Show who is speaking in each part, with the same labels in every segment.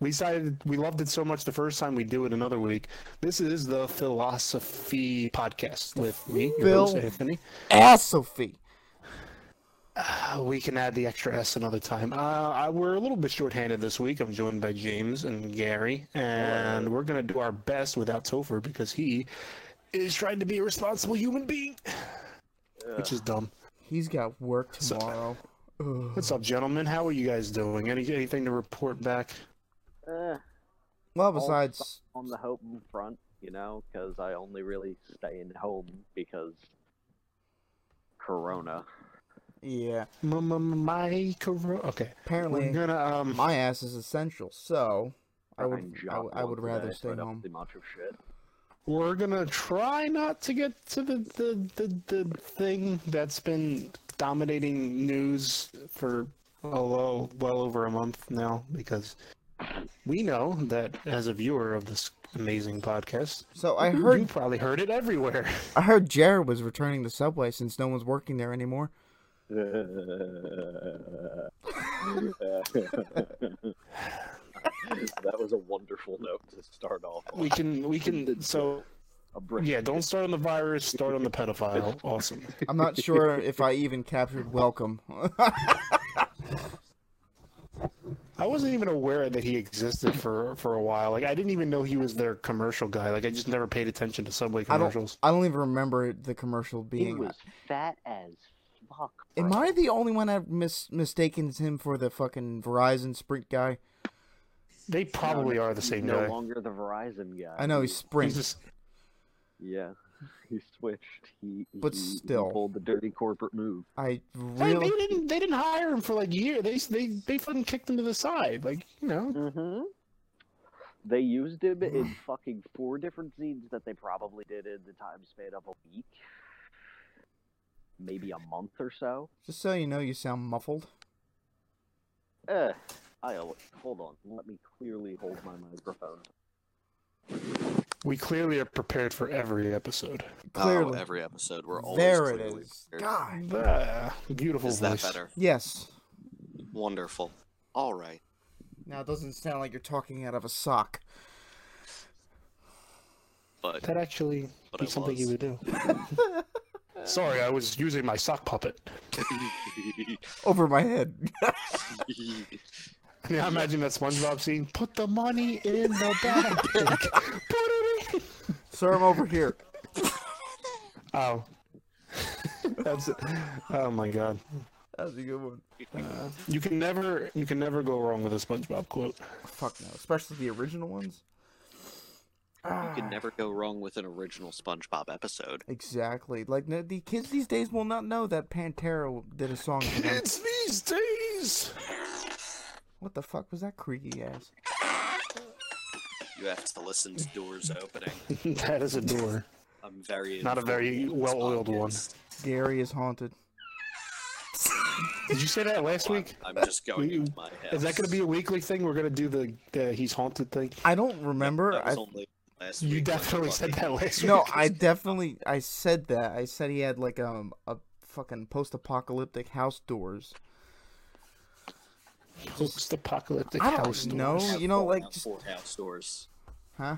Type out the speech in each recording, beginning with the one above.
Speaker 1: We decided we loved it so much the first time we do it another week. This is the philosophy podcast with me, your host,
Speaker 2: Phil.
Speaker 1: Anthony.
Speaker 2: Ass Sophie.
Speaker 1: Uh, we can add the extra S another time. Uh, I, we're a little bit shorthanded this week. I'm joined by James and Gary, and we're gonna do our best without Topher because he is trying to be a responsible human being, which is dumb.
Speaker 2: He's got work tomorrow. Ugh.
Speaker 1: What's up, gentlemen? How are you guys doing? Any anything to report back?
Speaker 3: Eh,
Speaker 2: Well, besides,
Speaker 3: on the home front, you know, because I only really stay in home because Corona.
Speaker 2: yeah.
Speaker 1: M- m- My corona. Okay, we're
Speaker 2: Apparently,
Speaker 1: gonna um.
Speaker 2: my ass is essential, so I would,
Speaker 3: I'm
Speaker 2: I would, I
Speaker 3: jobless
Speaker 2: would rather
Speaker 3: today, so
Speaker 2: stay
Speaker 3: I don't
Speaker 2: home.
Speaker 3: do much of shit.
Speaker 1: We're gonna try not to get to the the, the, the thing that's been dominating news for a low, well over a month now because we know that as a viewer of this amazing podcast,
Speaker 2: So I
Speaker 1: you
Speaker 2: heard,
Speaker 1: probably heard it everywhere.
Speaker 2: I heard Jared was returning to Subway since no one's working there anymore.
Speaker 3: that was a wonderful note to start off. On.
Speaker 1: We can we can so
Speaker 3: a brick.
Speaker 1: yeah. Don't start on the virus. Start on the pedophile. Awesome.
Speaker 2: I'm not sure if I even captured welcome.
Speaker 1: I wasn't even aware that he existed for for a while. Like I didn't even know he was their commercial guy. Like I just never paid attention to Subway
Speaker 2: I
Speaker 1: commercials.
Speaker 2: don't, I don't even remember the commercial
Speaker 3: He
Speaker 2: being.
Speaker 3: was fat as fuck.
Speaker 2: Am
Speaker 3: bro.
Speaker 2: I the only one that mis- mistaken him for the fucking Verizon Sprint guy?
Speaker 1: They probably
Speaker 3: no,
Speaker 1: are the same
Speaker 3: no
Speaker 1: guy.
Speaker 3: longer the Verizon guy.
Speaker 2: I know he's Sprint.
Speaker 1: He's just-
Speaker 3: Yeah, he switched. He
Speaker 2: But
Speaker 3: he- he
Speaker 2: still.
Speaker 3: pulled the dirty corporate move.
Speaker 2: I
Speaker 1: Hey,
Speaker 2: really.
Speaker 1: they didn't they didn't hire him for like a year. They they they fucking kicked him to the side. Like you know,
Speaker 3: Mm-hmm. They used him
Speaker 1: Hmm.
Speaker 3: in fucking four different scenes that they probably did in the time span of a week, maybe a month or so.
Speaker 2: Just so you know, you sound muffled.
Speaker 3: Eh, I hold on. Let me clearly hold my microphone.
Speaker 1: we clearly are prepared for every episode.
Speaker 4: Oh,
Speaker 2: Clearly.
Speaker 4: every episode we're always
Speaker 2: there it
Speaker 4: clearly
Speaker 2: is.
Speaker 4: prepared.
Speaker 2: God.
Speaker 1: Ah, beautiful
Speaker 4: Is that
Speaker 1: voice.
Speaker 4: better?
Speaker 2: Yes.
Speaker 4: Wonderful. All right.
Speaker 2: Now it doesn't sound like you're talking out of a sock.
Speaker 4: But
Speaker 1: That actually
Speaker 4: But
Speaker 1: be
Speaker 4: I
Speaker 1: something you
Speaker 4: was.
Speaker 1: would do. Sorry, I was using my sock puppet.
Speaker 2: Over my head.
Speaker 1: Can you imagine that SpongeBob scene? Put the money in the bag. Put it in.
Speaker 2: Sir, I'm over here.
Speaker 1: Oh. That's oh my god.
Speaker 2: That was a good one.
Speaker 1: You can never you can never go wrong with a SpongeBob quote.
Speaker 2: Fuck no. Especially the original ones.
Speaker 4: you can never go wrong with an original SpongeBob episode.
Speaker 2: Exactly. Like, no, the kids these days will not know that Pantera did a song for them.
Speaker 1: It's these days.
Speaker 2: What the fuck was that creaky ass?
Speaker 4: You have to listen to doors opening.
Speaker 1: that is a door.
Speaker 4: I'm very
Speaker 1: Not a
Speaker 4: informed
Speaker 1: very
Speaker 4: in this
Speaker 1: well-oiled one.
Speaker 4: podcast.
Speaker 2: Gary is haunted.
Speaker 1: Did you say that last week?
Speaker 4: I'm just going
Speaker 1: You-
Speaker 4: into my head.
Speaker 1: Is that going to be a weekly thing? We're going to do the, the he's haunted thing.
Speaker 2: I don't remember.
Speaker 4: That was
Speaker 2: I,
Speaker 4: only last
Speaker 1: You
Speaker 4: week,
Speaker 1: definitely said
Speaker 4: everybody.
Speaker 1: that last week.
Speaker 2: no, I definitely. I said that. I said he had, like, um, a fucking post apocalyptic house doors.
Speaker 1: post-apocalyptic
Speaker 2: I don't
Speaker 1: house
Speaker 2: know.
Speaker 1: doors.
Speaker 4: Have
Speaker 2: You know,
Speaker 4: Fallout
Speaker 2: like, just-
Speaker 4: 4 house doors.
Speaker 2: Huh?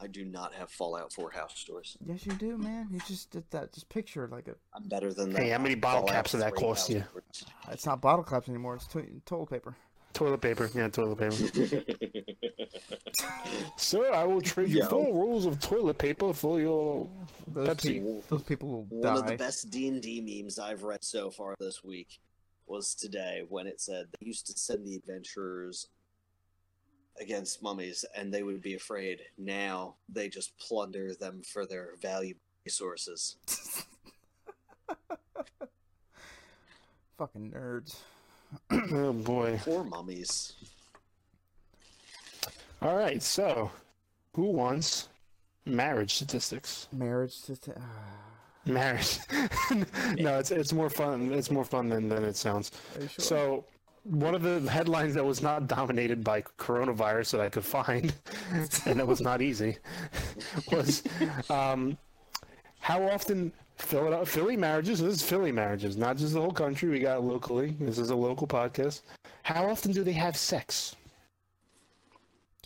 Speaker 4: I do not have Fallout 4 house doors.
Speaker 2: Yes, you do, man. You just did that. Just picture like a.
Speaker 4: I'm better than that.
Speaker 1: Hey, how many bottle
Speaker 4: Fallout
Speaker 1: caps did that
Speaker 4: 3
Speaker 1: cost
Speaker 4: house
Speaker 1: you?
Speaker 4: doors.
Speaker 2: It's not bottle caps anymore. It's to- toilet paper.
Speaker 1: Toilet paper. Yeah, toilet paper. Sir, I will trade you
Speaker 4: Yo.
Speaker 1: four rolls of toilet paper for your
Speaker 2: Those,
Speaker 1: Pepsi.
Speaker 2: peop- those people will
Speaker 4: One of
Speaker 2: die.
Speaker 4: the best D and D memes I've read so far this week was today when it said they used to send the adventurers against mummies and they would be afraid. Now they just plunder them for their valuable resources.
Speaker 2: Fucking nerds.
Speaker 1: Oh boy.
Speaker 4: Poor mummies.
Speaker 1: All right. So, who wants marriage statistics?
Speaker 2: Marriage to. t-
Speaker 1: Marriage. no, it's it's more fun. It's more fun than, than it sounds.
Speaker 2: Are you sure?
Speaker 1: So, one of the headlines that was not dominated by coronavirus that I could find, and that was not easy, was um, how often Philadelphia, Philly marriages, this is Philly marriages, not just the whole country, we got locally. This is a local podcast. How often do they have sex?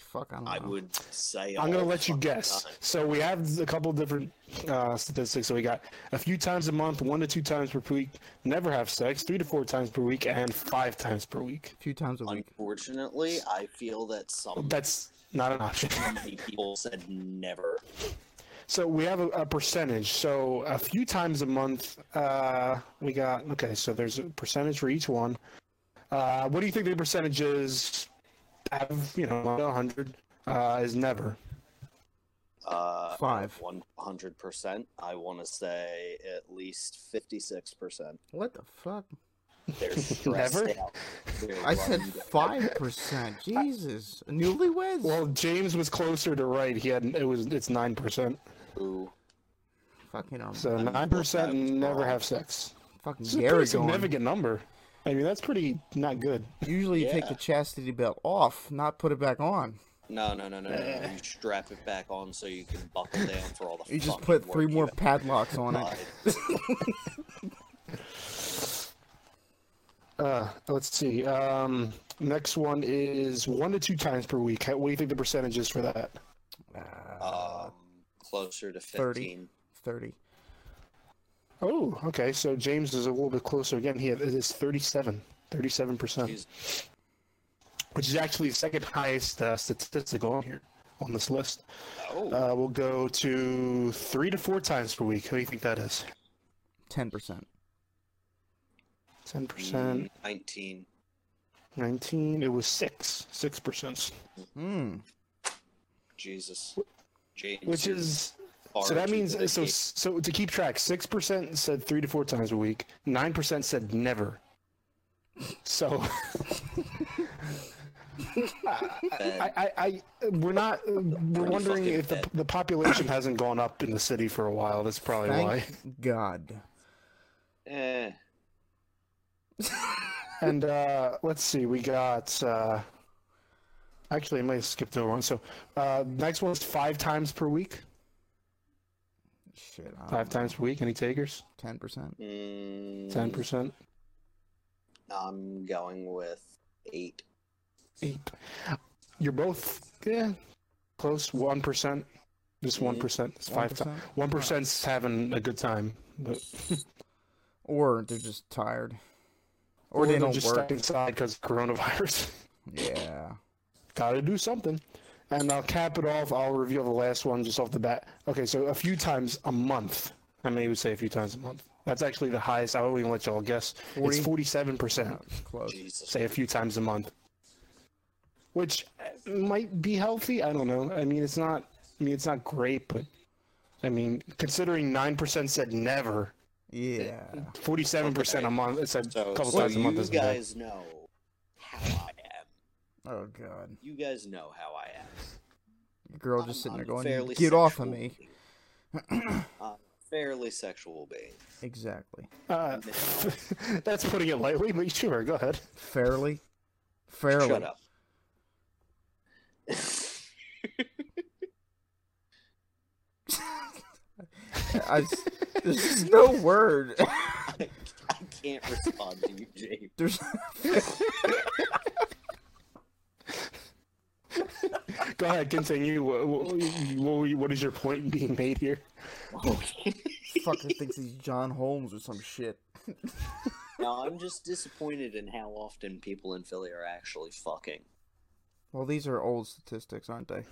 Speaker 2: Fuck, I don't know.
Speaker 4: I would say.
Speaker 1: I'm
Speaker 4: all
Speaker 1: gonna
Speaker 4: the
Speaker 1: let you
Speaker 4: fucking
Speaker 1: guess.
Speaker 4: time.
Speaker 1: So we have a couple different uh, statistics. So we got a few times a month, one to two times per week, never have sex, three to four times per week, and five times per week.
Speaker 2: A few times a week.
Speaker 4: Unfortunately, I feel that some
Speaker 1: That's not an option.
Speaker 4: many people said never.
Speaker 1: So we have a, a percentage. So a few times a month, uh, we got okay. So there's a percentage for each one. Uh, what do you think the percentage is? Out of you know, hundred uh, is never.
Speaker 4: Uh,
Speaker 2: Five.
Speaker 4: One hundred percent. I want to say at least fifty-six percent.
Speaker 2: What the fuck?
Speaker 4: They're stressed
Speaker 1: Never?
Speaker 4: out. They're
Speaker 2: I said
Speaker 4: running down.
Speaker 2: five percent. Jesus, newlyweds.
Speaker 1: Well, James was closer to right. He had it was it's nine percent.
Speaker 4: Ooh,
Speaker 2: fucking um,
Speaker 1: So nine percent never have sex.
Speaker 2: fucking
Speaker 1: It's a
Speaker 2: Gary
Speaker 1: pretty
Speaker 2: going.
Speaker 1: significant number. I mean, that's pretty not good.
Speaker 2: Usually, you take the
Speaker 4: Yeah.
Speaker 2: chastity belt off, not put it back on.
Speaker 4: No, no, no, no, no,
Speaker 1: Eh.
Speaker 4: no. You strap it back on so you can buckle down for all the.
Speaker 2: You just
Speaker 4: fucking
Speaker 2: put
Speaker 4: work
Speaker 2: three
Speaker 4: you
Speaker 2: more
Speaker 4: have
Speaker 2: padlocks on it.
Speaker 4: applied.
Speaker 1: Uh, let's see. Um, next one is one to two times per week. How- What do you think the percentage is for that?
Speaker 4: Um, closer to
Speaker 2: 30.
Speaker 4: fifteen.
Speaker 2: Thirty.
Speaker 1: Oh, okay. So James is a little bit closer again. He had- it is 37, 37 percent,
Speaker 4: Jeez.
Speaker 1: which is actually the second highest uh, statistic on here on this list.
Speaker 4: Oh,
Speaker 1: Uh, we'll go to three to four times per week. What do you think that is?
Speaker 2: Ten percent.
Speaker 1: Ten percent,
Speaker 4: nineteen. Mm.
Speaker 1: nineteen. It was six, six percent,
Speaker 2: Hmm.
Speaker 4: Jesus. James,
Speaker 1: which
Speaker 4: you're
Speaker 1: is
Speaker 4: far
Speaker 1: So that
Speaker 4: too
Speaker 1: means uh,
Speaker 4: dedicated.
Speaker 1: so so to keep track, six percent said three to four times a week, nine percent said never. So I,
Speaker 4: Bad.
Speaker 1: I, I we're not uh, we're
Speaker 4: Pretty
Speaker 1: wondering
Speaker 4: fucking
Speaker 1: if the,
Speaker 4: bad.
Speaker 1: the population hasn't gone up in the city for a while. That's probably why.
Speaker 2: Thank God.
Speaker 4: Eh,
Speaker 1: And uh, let's see, we got. Uh, actually, I might have skipped over one. So uh, next one's five times per week.
Speaker 2: Shit.
Speaker 1: Five times per week. Any takers?
Speaker 2: Ten percent.
Speaker 4: mm,
Speaker 1: Ten percent.
Speaker 4: I'm going with eight.
Speaker 1: Eight. You're both yeah, close. One percent. Just one percent. It's five times.
Speaker 2: 1%?
Speaker 1: One percent's having a good time, but
Speaker 2: Or they're just tired. Or, they
Speaker 1: they're
Speaker 2: don't
Speaker 1: just
Speaker 2: work.
Speaker 1: stuck inside because coronavirus.
Speaker 2: Yeah.
Speaker 1: Gotta do something. And I'll cap it off. I'll reveal the last one just off the bat. Okay, so a few times a month. How many would say a few times a month? That's actually the highest. I won't even let y'all guess. It's
Speaker 2: 40?
Speaker 1: forty-seven percent.
Speaker 2: It's close.
Speaker 4: Jesus.
Speaker 1: Say a few times a month, which uh, might be healthy. I don't know. I mean, it's not. I mean, it's not great, but I mean, considering nine percent said never,
Speaker 2: Yeah.
Speaker 1: forty-seven percent a
Speaker 4: Okay.
Speaker 1: month. It's a
Speaker 4: So,
Speaker 1: couple
Speaker 4: so
Speaker 1: times a
Speaker 4: you
Speaker 1: month. is bad.
Speaker 4: guys know how I am.
Speaker 2: Oh God.
Speaker 4: You guys know how I am.
Speaker 2: Your girl
Speaker 4: I'm-
Speaker 2: just sitting there
Speaker 4: I'm
Speaker 2: going,
Speaker 4: fairly
Speaker 2: "Get off of
Speaker 4: sexual
Speaker 2: me."
Speaker 4: being. I'm a fairly sexual being.
Speaker 2: Exactly.
Speaker 1: Uh, that's putting it lightly, but sure. Go ahead.
Speaker 2: Fairly. Fairly.
Speaker 4: Shut up.
Speaker 2: I s there's no word.
Speaker 4: I, I can't respond to you, James.
Speaker 2: There's.
Speaker 1: Go ahead. Continue. What, what, what, what is your point being made here?
Speaker 2: fucker thinks he's John Holmes or some shit.
Speaker 4: Now I'm just disappointed in how often people in Philly are actually fucking.
Speaker 2: Well, these are old statistics, aren't they?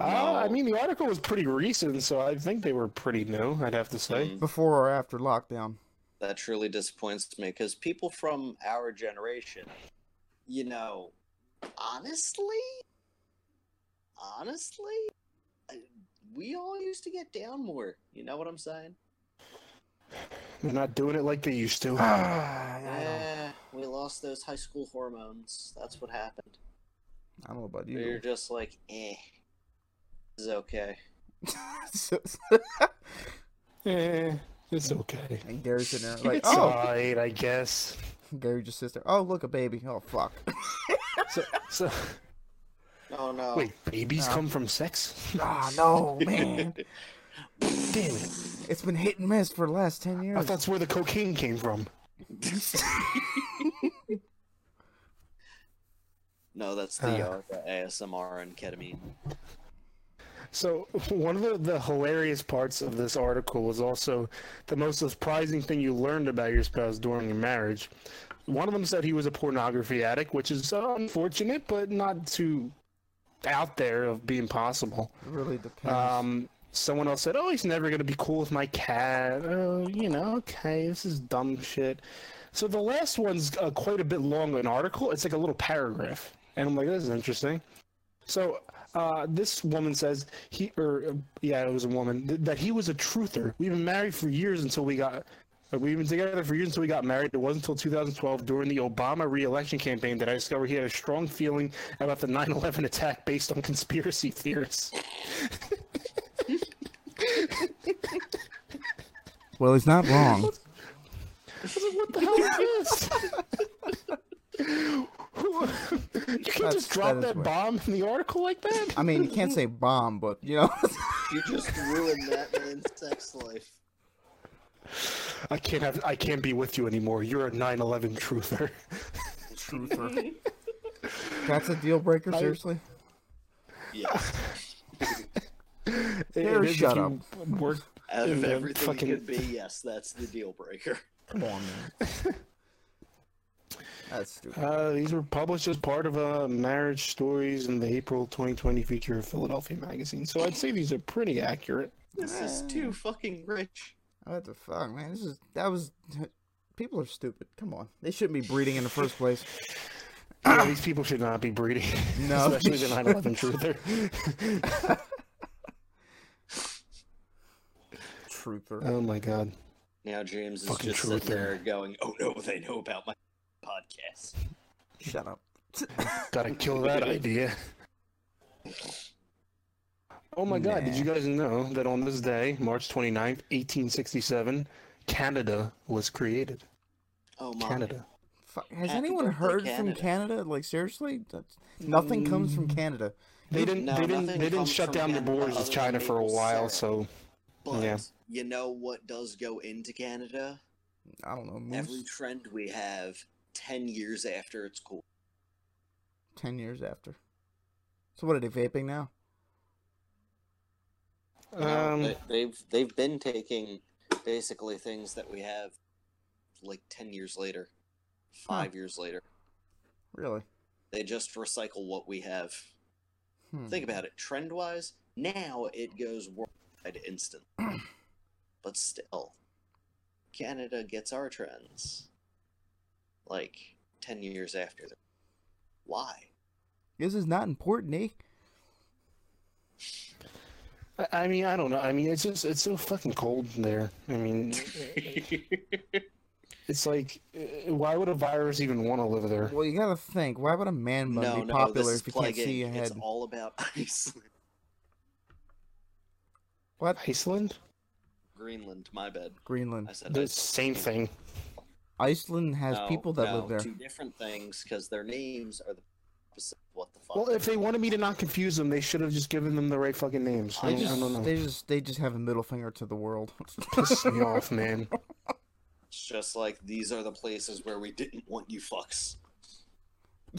Speaker 1: Uh, I
Speaker 4: No.
Speaker 1: mean, the article was pretty recent, so I think they were pretty new. I'd have to say.
Speaker 2: Before or after lockdown?
Speaker 4: That truly disappoints me because people from our generation, you know, honestly, honestly, I- we all used to get down more. You know what I'm saying?
Speaker 1: They're not doing it like they used to.
Speaker 2: Ah, I don't,
Speaker 4: Yeah, Eh, we lost those high school hormones. That's what happened.
Speaker 2: I don't know about
Speaker 4: We were
Speaker 2: you.
Speaker 4: just like, eh, this is okay.
Speaker 1: Eh, it's okay.
Speaker 2: and Gary's sitting there like,
Speaker 1: it's
Speaker 2: oh,
Speaker 1: alright, I guess.
Speaker 2: Gary just sits there. Oh, look a baby. Oh fuck.
Speaker 1: So, so
Speaker 4: No, Oh. no.
Speaker 1: wait, babies come from sex?
Speaker 2: Ah no, man.
Speaker 1: Damn it!
Speaker 2: It's been hit and miss for the last ten
Speaker 1: I
Speaker 2: years.
Speaker 1: thought that's where the cocaine came from.
Speaker 4: No, that's the, uh, the ASMR and ketamine.
Speaker 1: So one of the, the hilarious parts of this article was also the most surprising thing you learned about your spouse during your marriage. One of them said he was a pornography addict, which is unfortunate, but not too out there of being possible.
Speaker 2: It really depends.
Speaker 1: Um, someone else said, "Oh, he's never gonna be cool with my cat." Oh, you know, okay, this is dumb shit. So the last one's uh, quite a bit long an article. It's like a little paragraph, and I'm like, "This is interesting." So uh, this woman says he, or uh, yeah, it was a woman th- that he was a truther. We've been married for years until we got. uh, We've been together for years until we got married. It wasn't until 2012 during the Obama reelection campaign that I discovered he had a strong feeling about the 9 11 attack based on conspiracy theories.
Speaker 2: well, he's not wrong.
Speaker 1: I was like, what the hell is this? you can't
Speaker 2: That's-
Speaker 1: just
Speaker 2: that
Speaker 1: drop
Speaker 2: is
Speaker 1: that
Speaker 2: weird.
Speaker 1: bomb in the article like that.
Speaker 2: I mean, you can't say bomb, but you know,
Speaker 4: You just ruined that man's sex life.
Speaker 1: I can't have. I can't be with you anymore. You're a 9/11 truther.
Speaker 2: truther. That's a deal breaker. Seriously,
Speaker 4: Yeah.
Speaker 1: It
Speaker 2: Here,
Speaker 1: is if
Speaker 2: shut
Speaker 1: you Work.
Speaker 4: Out of
Speaker 1: Yeah,
Speaker 4: everything
Speaker 1: fucking-
Speaker 4: it could be, yes, that's the deal breaker.
Speaker 2: come on, man. That's stupid.
Speaker 1: Uh, these were published as part of uh, Marriage Stories in the April 2020 feature of Philadelphia magazine. So I'd say these are pretty accurate.
Speaker 4: This is too fucking rich.
Speaker 2: What the fuck, man? This is that was. People are stupid. Come on, they shouldn't be breeding in the first place.
Speaker 1: Yeah, these people should not be breeding,
Speaker 2: No, they
Speaker 1: especially the 9/11 truther.
Speaker 2: Truther.
Speaker 1: oh my god.
Speaker 4: Now James is
Speaker 1: Fucking
Speaker 4: just
Speaker 1: truther.
Speaker 4: sitting there going, "Oh no, they know about my podcast."
Speaker 2: Shut up.
Speaker 1: Gotta kill that idea. Oh my god, did you guys know that on this day, March 29th, 1867, Canada was created?
Speaker 4: Oh my!
Speaker 1: Canada.
Speaker 2: Fuck, has
Speaker 4: Happy
Speaker 2: anyone
Speaker 4: birthday,
Speaker 2: heard from
Speaker 4: Canada. Mm.
Speaker 2: Canada? Like seriously, That's, nothing comes from Canada.
Speaker 1: They didn't
Speaker 4: No,
Speaker 1: they didn't
Speaker 4: nothing
Speaker 1: they didn't
Speaker 4: comes
Speaker 1: shut
Speaker 4: from
Speaker 1: down
Speaker 4: Canada
Speaker 1: the borders
Speaker 4: other
Speaker 1: with
Speaker 4: than
Speaker 1: China for a
Speaker 4: maple
Speaker 1: while,
Speaker 4: syrup.
Speaker 1: so
Speaker 4: But
Speaker 1: Yeah.
Speaker 4: you know what does go into Canada?
Speaker 2: I don't know.
Speaker 4: Every
Speaker 2: Moose.
Speaker 4: trend we have ten years after it's cool.
Speaker 2: Ten years after. So what are they vaping now?
Speaker 4: No,
Speaker 1: um
Speaker 4: they, they've they've been taking basically things that we have like ten years later, five years later.
Speaker 2: Really?
Speaker 4: They just recycle what we have.
Speaker 2: Hmm.
Speaker 4: Think about it, trend wise, now it goes worldwide instantly. but still, Canada gets our trends like ten years after them. Why?
Speaker 2: This is not important, eh?
Speaker 1: I- I mean, I don't know. I mean, it's just it's so fucking cold in there. I mean, it's like uh, why would a virus even want to live there?
Speaker 2: Well, you gotta think. Why would a man bun
Speaker 4: no,
Speaker 2: be
Speaker 4: no, this
Speaker 2: popular
Speaker 4: is
Speaker 2: if you can't see
Speaker 4: plaguing.
Speaker 2: ahead?
Speaker 4: It's all about Iceland,
Speaker 2: What?
Speaker 1: Iceland?
Speaker 4: Greenland. My bad.
Speaker 2: Greenland.
Speaker 4: I said
Speaker 1: The
Speaker 4: Iceland.
Speaker 1: same thing.
Speaker 2: Iceland has
Speaker 4: No,
Speaker 2: people that
Speaker 4: no,
Speaker 2: live there.
Speaker 4: Two different things because their names are the opposite. of What the fuck?
Speaker 1: Well, if they wanted me to not confuse them, they should have just given them the right fucking names. I,
Speaker 2: They
Speaker 1: don't- I
Speaker 2: just,
Speaker 1: don't know.
Speaker 2: they just, they just have a middle finger to the world.
Speaker 1: Piss me off, man.
Speaker 4: It's just like these are the places where we didn't want you fucks.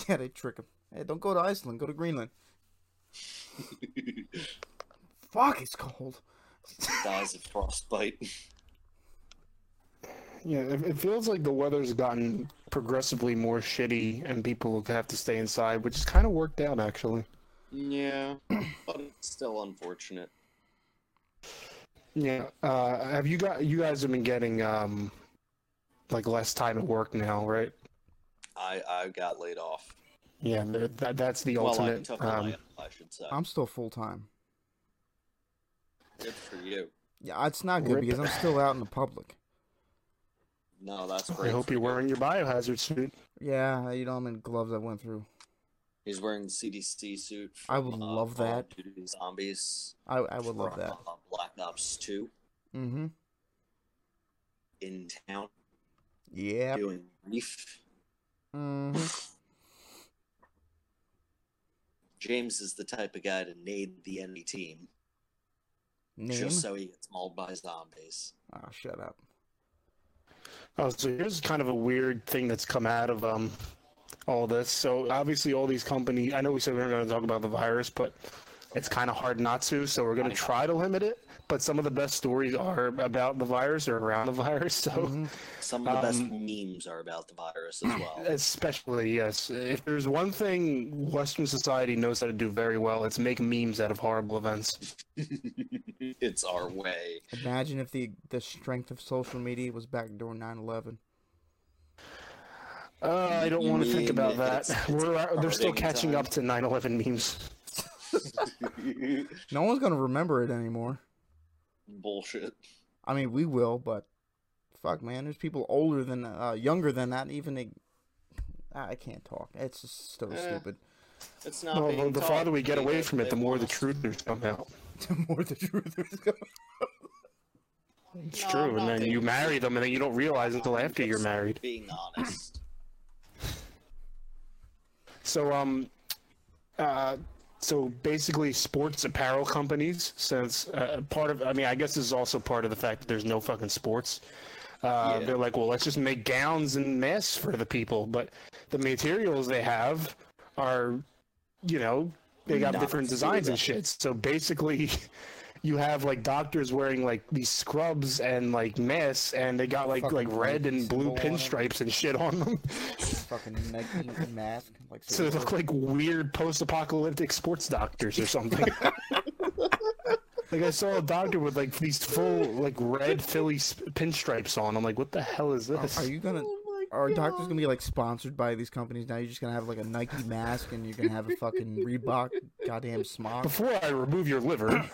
Speaker 2: yeah, they trick them. Hey, don't go to Iceland. Go to Greenland. Fuck, it's cold.
Speaker 4: Dies of frostbite.
Speaker 1: Yeah, it, it feels like the weather's gotten progressively more shitty, and people have to stay inside, which is kind of worked out actually.
Speaker 4: yeah, but it's still unfortunate.
Speaker 1: Yeah. Uh, have you got? You guys have been getting um, like less time at work now, right?
Speaker 4: I I got laid off.
Speaker 1: Yeah. th- That that's the
Speaker 4: well, I
Speaker 1: ultimate.
Speaker 4: took a
Speaker 1: um,
Speaker 4: layoff, I should say.
Speaker 2: I'm still full time.
Speaker 4: Good for you.
Speaker 2: Yeah, it's not good
Speaker 1: Rip.
Speaker 2: because I'm still out in the public.
Speaker 4: No, that's
Speaker 1: I
Speaker 4: great.
Speaker 1: hope
Speaker 4: for
Speaker 1: you're
Speaker 4: you.
Speaker 1: wearing your biohazard suit.
Speaker 2: Yeah, you know, I'm in gloves. I went through.
Speaker 4: He's wearing the CDC suit.
Speaker 2: I would
Speaker 4: from, uh,
Speaker 2: love
Speaker 4: Call of
Speaker 2: that.
Speaker 4: Duty Zombies.
Speaker 2: I, I would love
Speaker 4: from,
Speaker 2: that.
Speaker 4: uh, Black Ops Two
Speaker 2: Mm-hmm.
Speaker 4: in town
Speaker 2: Yeah.
Speaker 4: doing reef.
Speaker 2: hmm
Speaker 4: James is the type of guy to nade the enemy team
Speaker 2: Name?
Speaker 4: just so he gets mauled by zombies.
Speaker 2: Oh, shut up.
Speaker 1: Oh, so here's kind of a weird thing that's come out of um, all this. So obviously, all these companies. I know we said we we're going to talk about the virus, but it's kind of hard not to. So we're going to try to limit it. But some of the best stories are about the virus or around the virus.
Speaker 4: Oh.
Speaker 1: So
Speaker 2: Mm-hmm.
Speaker 4: Some of the best
Speaker 1: Um,
Speaker 4: memes are about the virus as well.
Speaker 1: especially yes, if there's one thing Western society knows how to do very well, it's make memes out of horrible events.
Speaker 4: it's our way.
Speaker 2: Imagine if the the strength of social media was back during 9/11.
Speaker 1: Uh, I don't
Speaker 4: You
Speaker 1: want to think
Speaker 4: mean
Speaker 1: about that.
Speaker 4: it's- it's
Speaker 1: we're uh, they're still
Speaker 4: starving
Speaker 1: catching
Speaker 4: time.
Speaker 1: up to 9/11 memes.
Speaker 2: No one's gonna remember it anymore.
Speaker 4: Bullshit.
Speaker 2: I mean, we will, but fuck, man, there's people older than, uh, younger than that. Even they, I can't talk. It's just so
Speaker 4: Eh.
Speaker 2: stupid.
Speaker 4: It's not.
Speaker 1: Well, the,
Speaker 4: being
Speaker 1: the
Speaker 4: taught.
Speaker 1: farther we get
Speaker 4: They-
Speaker 1: away from it,
Speaker 4: they
Speaker 1: the more the
Speaker 4: want us-
Speaker 1: truthers come out.
Speaker 2: The more the truth is going.
Speaker 1: It's
Speaker 4: No, I'm
Speaker 1: true,
Speaker 4: not
Speaker 1: and then you
Speaker 4: thinking-
Speaker 1: marry them, and then you don't realize until after you're
Speaker 4: It's
Speaker 1: married.
Speaker 4: Being honest.
Speaker 1: So um, uh, so basically, sports apparel companies, since uh, part of, I mean, I guess this is also part of the fact that there's no fucking sports. Uh,
Speaker 4: Yeah.
Speaker 1: They're like, well, let's just make gowns and masks for the people, but the materials they have are, you know, they got
Speaker 4: Not
Speaker 1: different designs and
Speaker 4: suitable.
Speaker 1: shit. So basically. You have like doctors wearing like these scrubs and like masks, and they got like
Speaker 2: Fucking
Speaker 1: like red and blue
Speaker 2: symbol on 'em.
Speaker 1: pinstripes and shit on them.
Speaker 2: Fucking Nike mask. Like,
Speaker 1: So they look like weird post-apocalyptic sports doctors or something. like I saw a doctor with like these full like red Philly sp- pinstripes on. I'm like, what the hell is
Speaker 2: are,
Speaker 4: Oh,
Speaker 1: this?
Speaker 2: are you gonna? Are doctors gonna be like sponsored by these companies now? You're just gonna have like a Nike mask and you're gonna have a fucking Reebok goddamn smock.
Speaker 1: Before I remove your liver,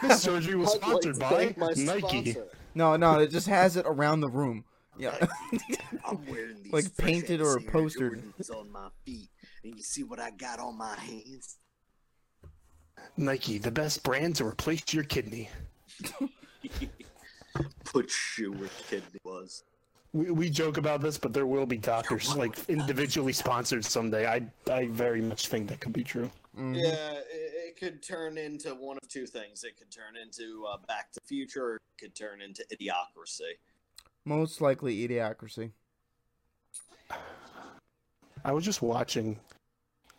Speaker 1: this surgery was
Speaker 4: I'd like to
Speaker 1: sponsored
Speaker 4: thank
Speaker 1: by
Speaker 4: my
Speaker 1: Nike.
Speaker 4: sponsor.
Speaker 2: No, no, it just has it around the room. Yeah.
Speaker 4: I'm wearing these
Speaker 2: Like
Speaker 4: fresh
Speaker 2: painted or
Speaker 4: ass Air
Speaker 2: postered.
Speaker 4: Jordans on my feet, and you see what I got on my hands.
Speaker 1: Nike, the best brand to replace your kidney.
Speaker 4: Put shoe where kidney was.
Speaker 1: We, we joke about this, but there will be doctors like individually sponsored someday. I I very much think that could be true.
Speaker 2: Mhm.
Speaker 4: Yeah, it, it could turn into one of two things. It could turn into uh, Back to the Future, or it could turn into Idiocracy.
Speaker 2: Most likely idiocracy.
Speaker 1: I was just watching.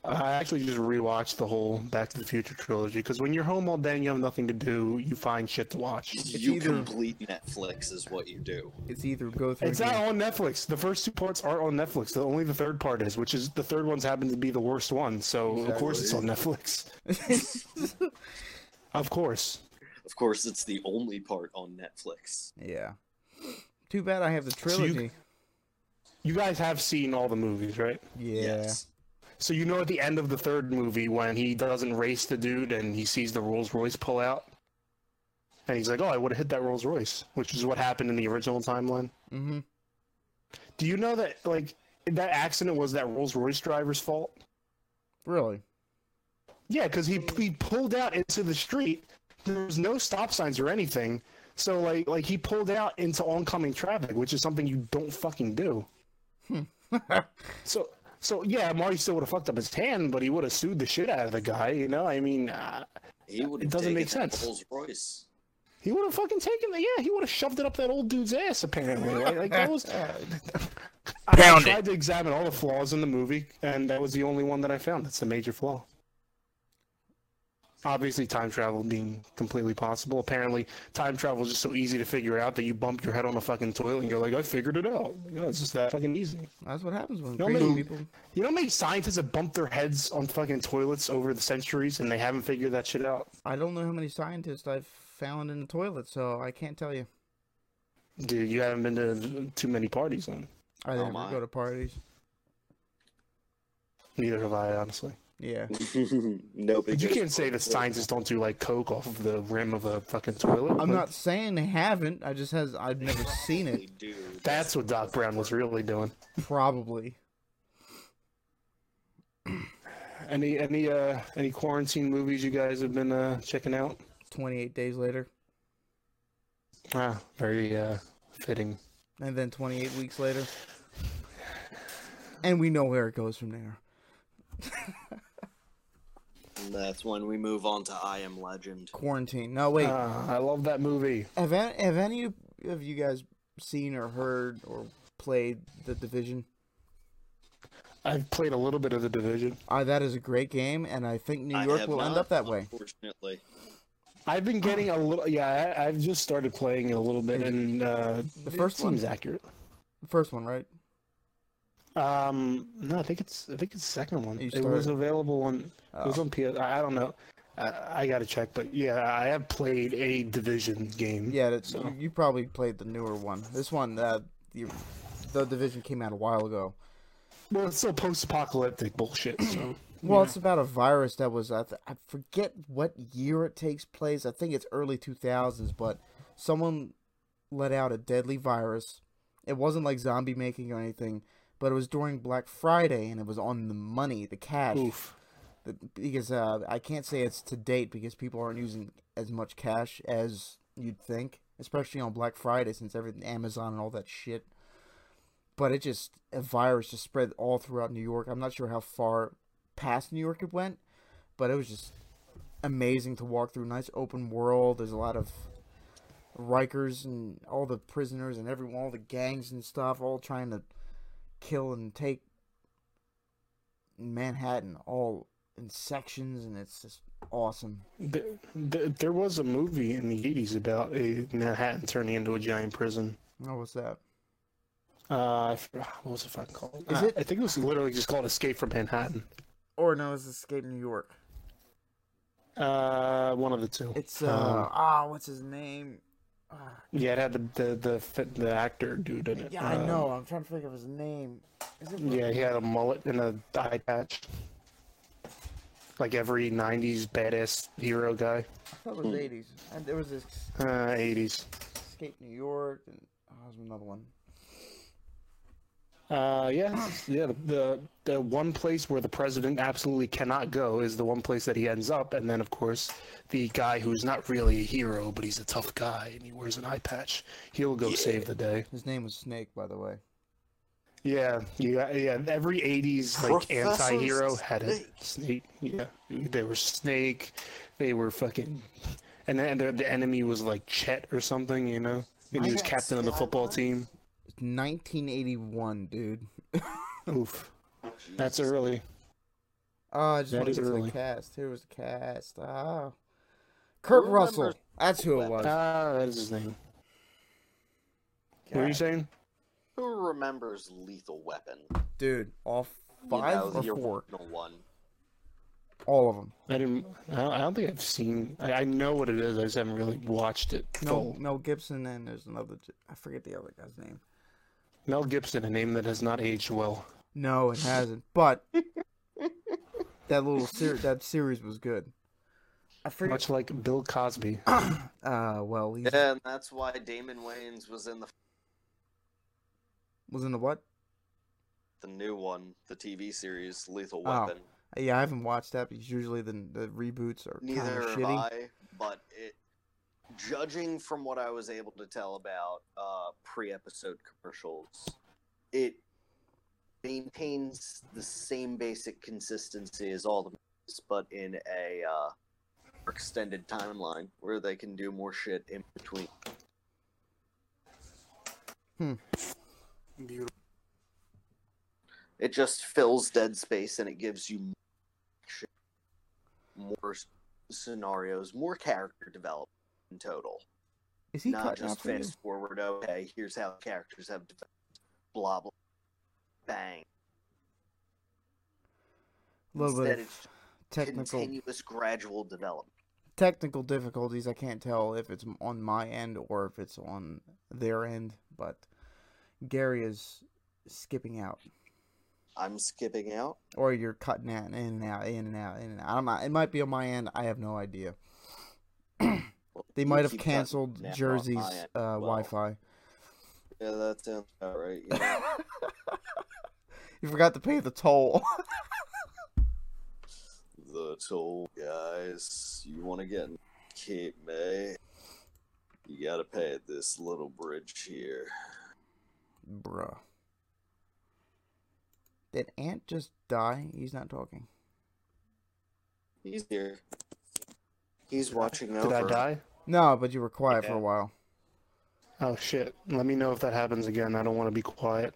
Speaker 1: I actually just rewatched the whole Back to the Future trilogy because when you're home all day and you have nothing to do, you find shit to watch.
Speaker 4: you
Speaker 2: either-
Speaker 4: complete Netflix is what you do.
Speaker 2: It's either go through.
Speaker 1: It's
Speaker 2: again.
Speaker 1: not on Netflix. The first two parts are on Netflix. The, only the third part is, which is the third one's happened to be the worst one. So of course it's on Netflix. Of course.
Speaker 4: Of course, it's the only part on Netflix.
Speaker 2: yeah. Too bad I have the
Speaker 1: So you-
Speaker 2: trilogy.
Speaker 1: You guys have seen all the movies, right?
Speaker 2: Yeah.
Speaker 4: Yes.
Speaker 1: So you know at the end of the third movie when he doesn't race the dude and he sees the Rolls Royce pull out, and he's like, "Oh, I would have hit that Rolls Royce," which is what happened in the original timeline.
Speaker 2: Mm-hmm.
Speaker 1: Do you know that like that accident was that Rolls Royce driver's fault?
Speaker 2: Really?
Speaker 1: Yeah, because he he pulled out into the street. There was no stop signs or anything. So like like he pulled out into oncoming traffic, which is something you don't fucking do. So so yeah, Marty still would have fucked up his hand, but he would have sued the shit out of the guy. You know, I mean, uh,
Speaker 4: He would
Speaker 1: It
Speaker 4: have
Speaker 1: doesn't
Speaker 4: taken
Speaker 1: make
Speaker 4: that
Speaker 1: sense.
Speaker 4: Rolls Royce.
Speaker 1: he would have fucking taken the yeah, he would have shoved it up that old dude's ass. Apparently, like, like that was. I
Speaker 2: Pound it.
Speaker 1: tried to examine all the flaws in the movie, and that was the only one that I found. That's a major flaw. Obviously, time travel being completely possible. Apparently, time travel is just so easy to figure out that you bump your head on a fucking toilet and you're like, I figured it out. You know, it's just that fucking easy.
Speaker 2: That's what happens when
Speaker 1: No,
Speaker 2: crazy
Speaker 1: maybe.
Speaker 2: people.
Speaker 1: You know how many scientists have bumped their heads on fucking toilets over the centuries and they haven't figured that shit out?
Speaker 2: I don't know how many scientists I've found in the toilet, so I can't tell you.
Speaker 1: Dude, you haven't been to too many parties then.
Speaker 2: I
Speaker 4: Oh
Speaker 2: never
Speaker 4: my.
Speaker 2: go to parties.
Speaker 1: Neither have I, honestly.
Speaker 2: Yeah.
Speaker 4: no,
Speaker 1: But you can't say that scientists don't do like coke off of the rim of a fucking toilet.
Speaker 2: I'm
Speaker 1: Like,
Speaker 2: not saying they haven't. I just has I've never seen it.
Speaker 4: do.
Speaker 1: That's what Doc Brown was really doing.
Speaker 2: Probably.
Speaker 1: Any any uh any quarantine movies you guys have been uh checking out?
Speaker 2: 28 days later,
Speaker 1: Ah, very uh fitting.
Speaker 2: and then 28 weeks later, and we know where it goes from there.
Speaker 4: And that's when we move on to I Am Legend.
Speaker 2: Quarantine. No, wait.
Speaker 4: Uh,
Speaker 1: Ah, I love that movie.
Speaker 2: Have any, have any of you guys seen or heard or played The Division?
Speaker 1: I've played a little bit of the division.
Speaker 2: Uh, that is a great game, and I think New
Speaker 4: I
Speaker 2: York
Speaker 4: have
Speaker 2: will end
Speaker 4: not,
Speaker 2: up that way.
Speaker 4: Unfortunately,
Speaker 1: I've been getting a little. Yeah, I, I've just started playing it a little bit, and uh,
Speaker 2: The first
Speaker 1: it
Speaker 2: one.
Speaker 1: seems accurate.
Speaker 2: The first one, right?
Speaker 1: Um, no, I think it's I think it's the second one.
Speaker 2: You
Speaker 1: It was
Speaker 2: started-
Speaker 1: available on it was
Speaker 2: Oh.
Speaker 1: on PS. I I don't know. I, I got to check, but yeah, I have played a division game.
Speaker 2: Yeah, that's,
Speaker 1: So-
Speaker 2: you, you probably played the newer one. This one, uh, the, the division came out a while ago.
Speaker 1: Well, it's still post-apocalyptic bullshit. So.
Speaker 2: Well,
Speaker 1: Yeah.
Speaker 2: it's about a virus that was I, th- I forget what year it takes place. I think it's early 2000s, but someone let out a deadly virus. It wasn't like zombie making or anything, but it was during Black Friday and it was on the money, the cash.
Speaker 1: Oof.
Speaker 2: The- Because uh, I can't say it's to date because people aren't using as much cash as you'd think, especially on Black Friday since everything Amazon and all that shit. But it just a virus just spread all throughout New York. I'm not sure how far past New York it went, but it was just amazing to walk through. Nice open world. There's a lot of Rikers and all the prisoners and everyone, all the gangs and stuff, all trying to kill and take Manhattan all in sections, and it's just awesome.
Speaker 1: There, there, there was a movie in the '80s about a Manhattan turning into a giant prison.
Speaker 2: Oh, what's that?
Speaker 1: Uh, I forgot- what was it fucking called?
Speaker 2: Is
Speaker 1: Uh,
Speaker 2: it-
Speaker 1: I think it was literally just called Escape from Manhattan.
Speaker 2: Or no, it's Escape New York.
Speaker 1: Uh, one of the two.
Speaker 2: It's uh
Speaker 1: Um,
Speaker 2: ah, what's his name? Ah,
Speaker 1: yeah, it had the the the, fit- the actor dude in it.
Speaker 2: yeah, I
Speaker 1: Um,
Speaker 2: know. I'm trying to think of his name. Is it
Speaker 1: Yeah, he had a mullet and a eye patch. Like every 90s badass hero guy.
Speaker 2: I thought it was '80s, and there was this
Speaker 1: Uh, 80s.
Speaker 2: Escape New York, and oh, there's another one.
Speaker 1: Uh, yeah, yeah. The, the the one place where the president absolutely cannot go is the one place that he ends up, and then of course the guy who's not really a hero, but he's a tough guy and he wears an eye patch. He'll go save the day.
Speaker 2: His name was Snake, by the way.
Speaker 1: Yeah, yeah, yeah. Every '80s like
Speaker 4: Professor
Speaker 1: anti-hero had a
Speaker 4: Snake.
Speaker 1: snake. Yeah, they were snake. They were fucking, and then the, the enemy was like Chet or something, you know. And he was captain of the football team.
Speaker 2: It's 1981, dude.
Speaker 1: Oof, that's early.
Speaker 2: Oh, I just
Speaker 1: That
Speaker 2: want to
Speaker 1: is
Speaker 2: get to
Speaker 1: early.
Speaker 2: the cast. Here was the cast. Ah, Kurt Russell. That's who it was.
Speaker 1: Ah, that is his name. What were you
Speaker 2: God.
Speaker 1: saying?
Speaker 4: who remembers Lethal Weapon?
Speaker 2: dude, all
Speaker 4: You
Speaker 2: five
Speaker 4: know,
Speaker 2: or
Speaker 4: the
Speaker 2: four,
Speaker 4: original one.
Speaker 2: all of them.
Speaker 1: I didn't. I don't, I don't think I've seen. I, I know what it is. I just haven't really watched it.
Speaker 2: Mel,
Speaker 1: full.
Speaker 2: Mel Gibson and there's another. j- I forget the other guy's name.
Speaker 1: Mel Gibson, a name that has not aged well.
Speaker 2: No, it hasn't. But that little series, that series was good. I forget.
Speaker 1: Much like Bill Cosby.
Speaker 2: Uh, well, he
Speaker 4: Yeah, and that's why Damon Wayans was in the
Speaker 2: was in the what?
Speaker 4: the new one, the TV series Lethal
Speaker 2: Oh,
Speaker 4: Weapon.
Speaker 2: Yeah, I haven't watched that because usually the the reboots are kind
Speaker 4: Neither
Speaker 2: of
Speaker 4: have
Speaker 2: shitty.
Speaker 4: I, but it, judging from what I was able to tell about uh, pre-episode commercials, it maintains the same basic consistency as all the movies, but in a uh, more extended timeline where they can do more shit in between.
Speaker 1: Beautiful.
Speaker 4: It just fills dead space and it gives you more action, more s- scenarios, more character development in total.
Speaker 2: Is he
Speaker 4: not
Speaker 2: cutting out
Speaker 4: just
Speaker 2: for you?
Speaker 4: fast forward. Okay, here's how characters have developed. Blah blah. Bang.
Speaker 2: A little
Speaker 4: Instead,
Speaker 2: bit of
Speaker 4: it's
Speaker 2: technical
Speaker 4: continuous gradual development.
Speaker 2: technical difficulties. I can't tell if it's on my end or if it's on their end, but Gary is skipping out,
Speaker 4: I'm skipping out.
Speaker 2: or you're cutting out in and out, in and out, in and out. I'm not, it might be on my end. I have no idea.
Speaker 4: Well,
Speaker 2: They
Speaker 4: you
Speaker 2: might have
Speaker 4: keep cutting
Speaker 2: canceled
Speaker 4: now on
Speaker 2: Jersey's
Speaker 4: my end.
Speaker 2: uh, Wi-Fi.
Speaker 4: Yeah, that sounds about right. yeah.
Speaker 2: you forgot to pay the toll.
Speaker 4: the toll guys. You want to get in Cape May? You gotta pay at this little bridge here.
Speaker 2: Bruh. Did Ant just die? He's not talking.
Speaker 4: He's here. He's watching over.
Speaker 1: Did I die?
Speaker 2: No, but you were quiet for a
Speaker 4: Yeah.
Speaker 2: while.
Speaker 1: Oh shit! Let me know if that happens again. I don't want to be quiet.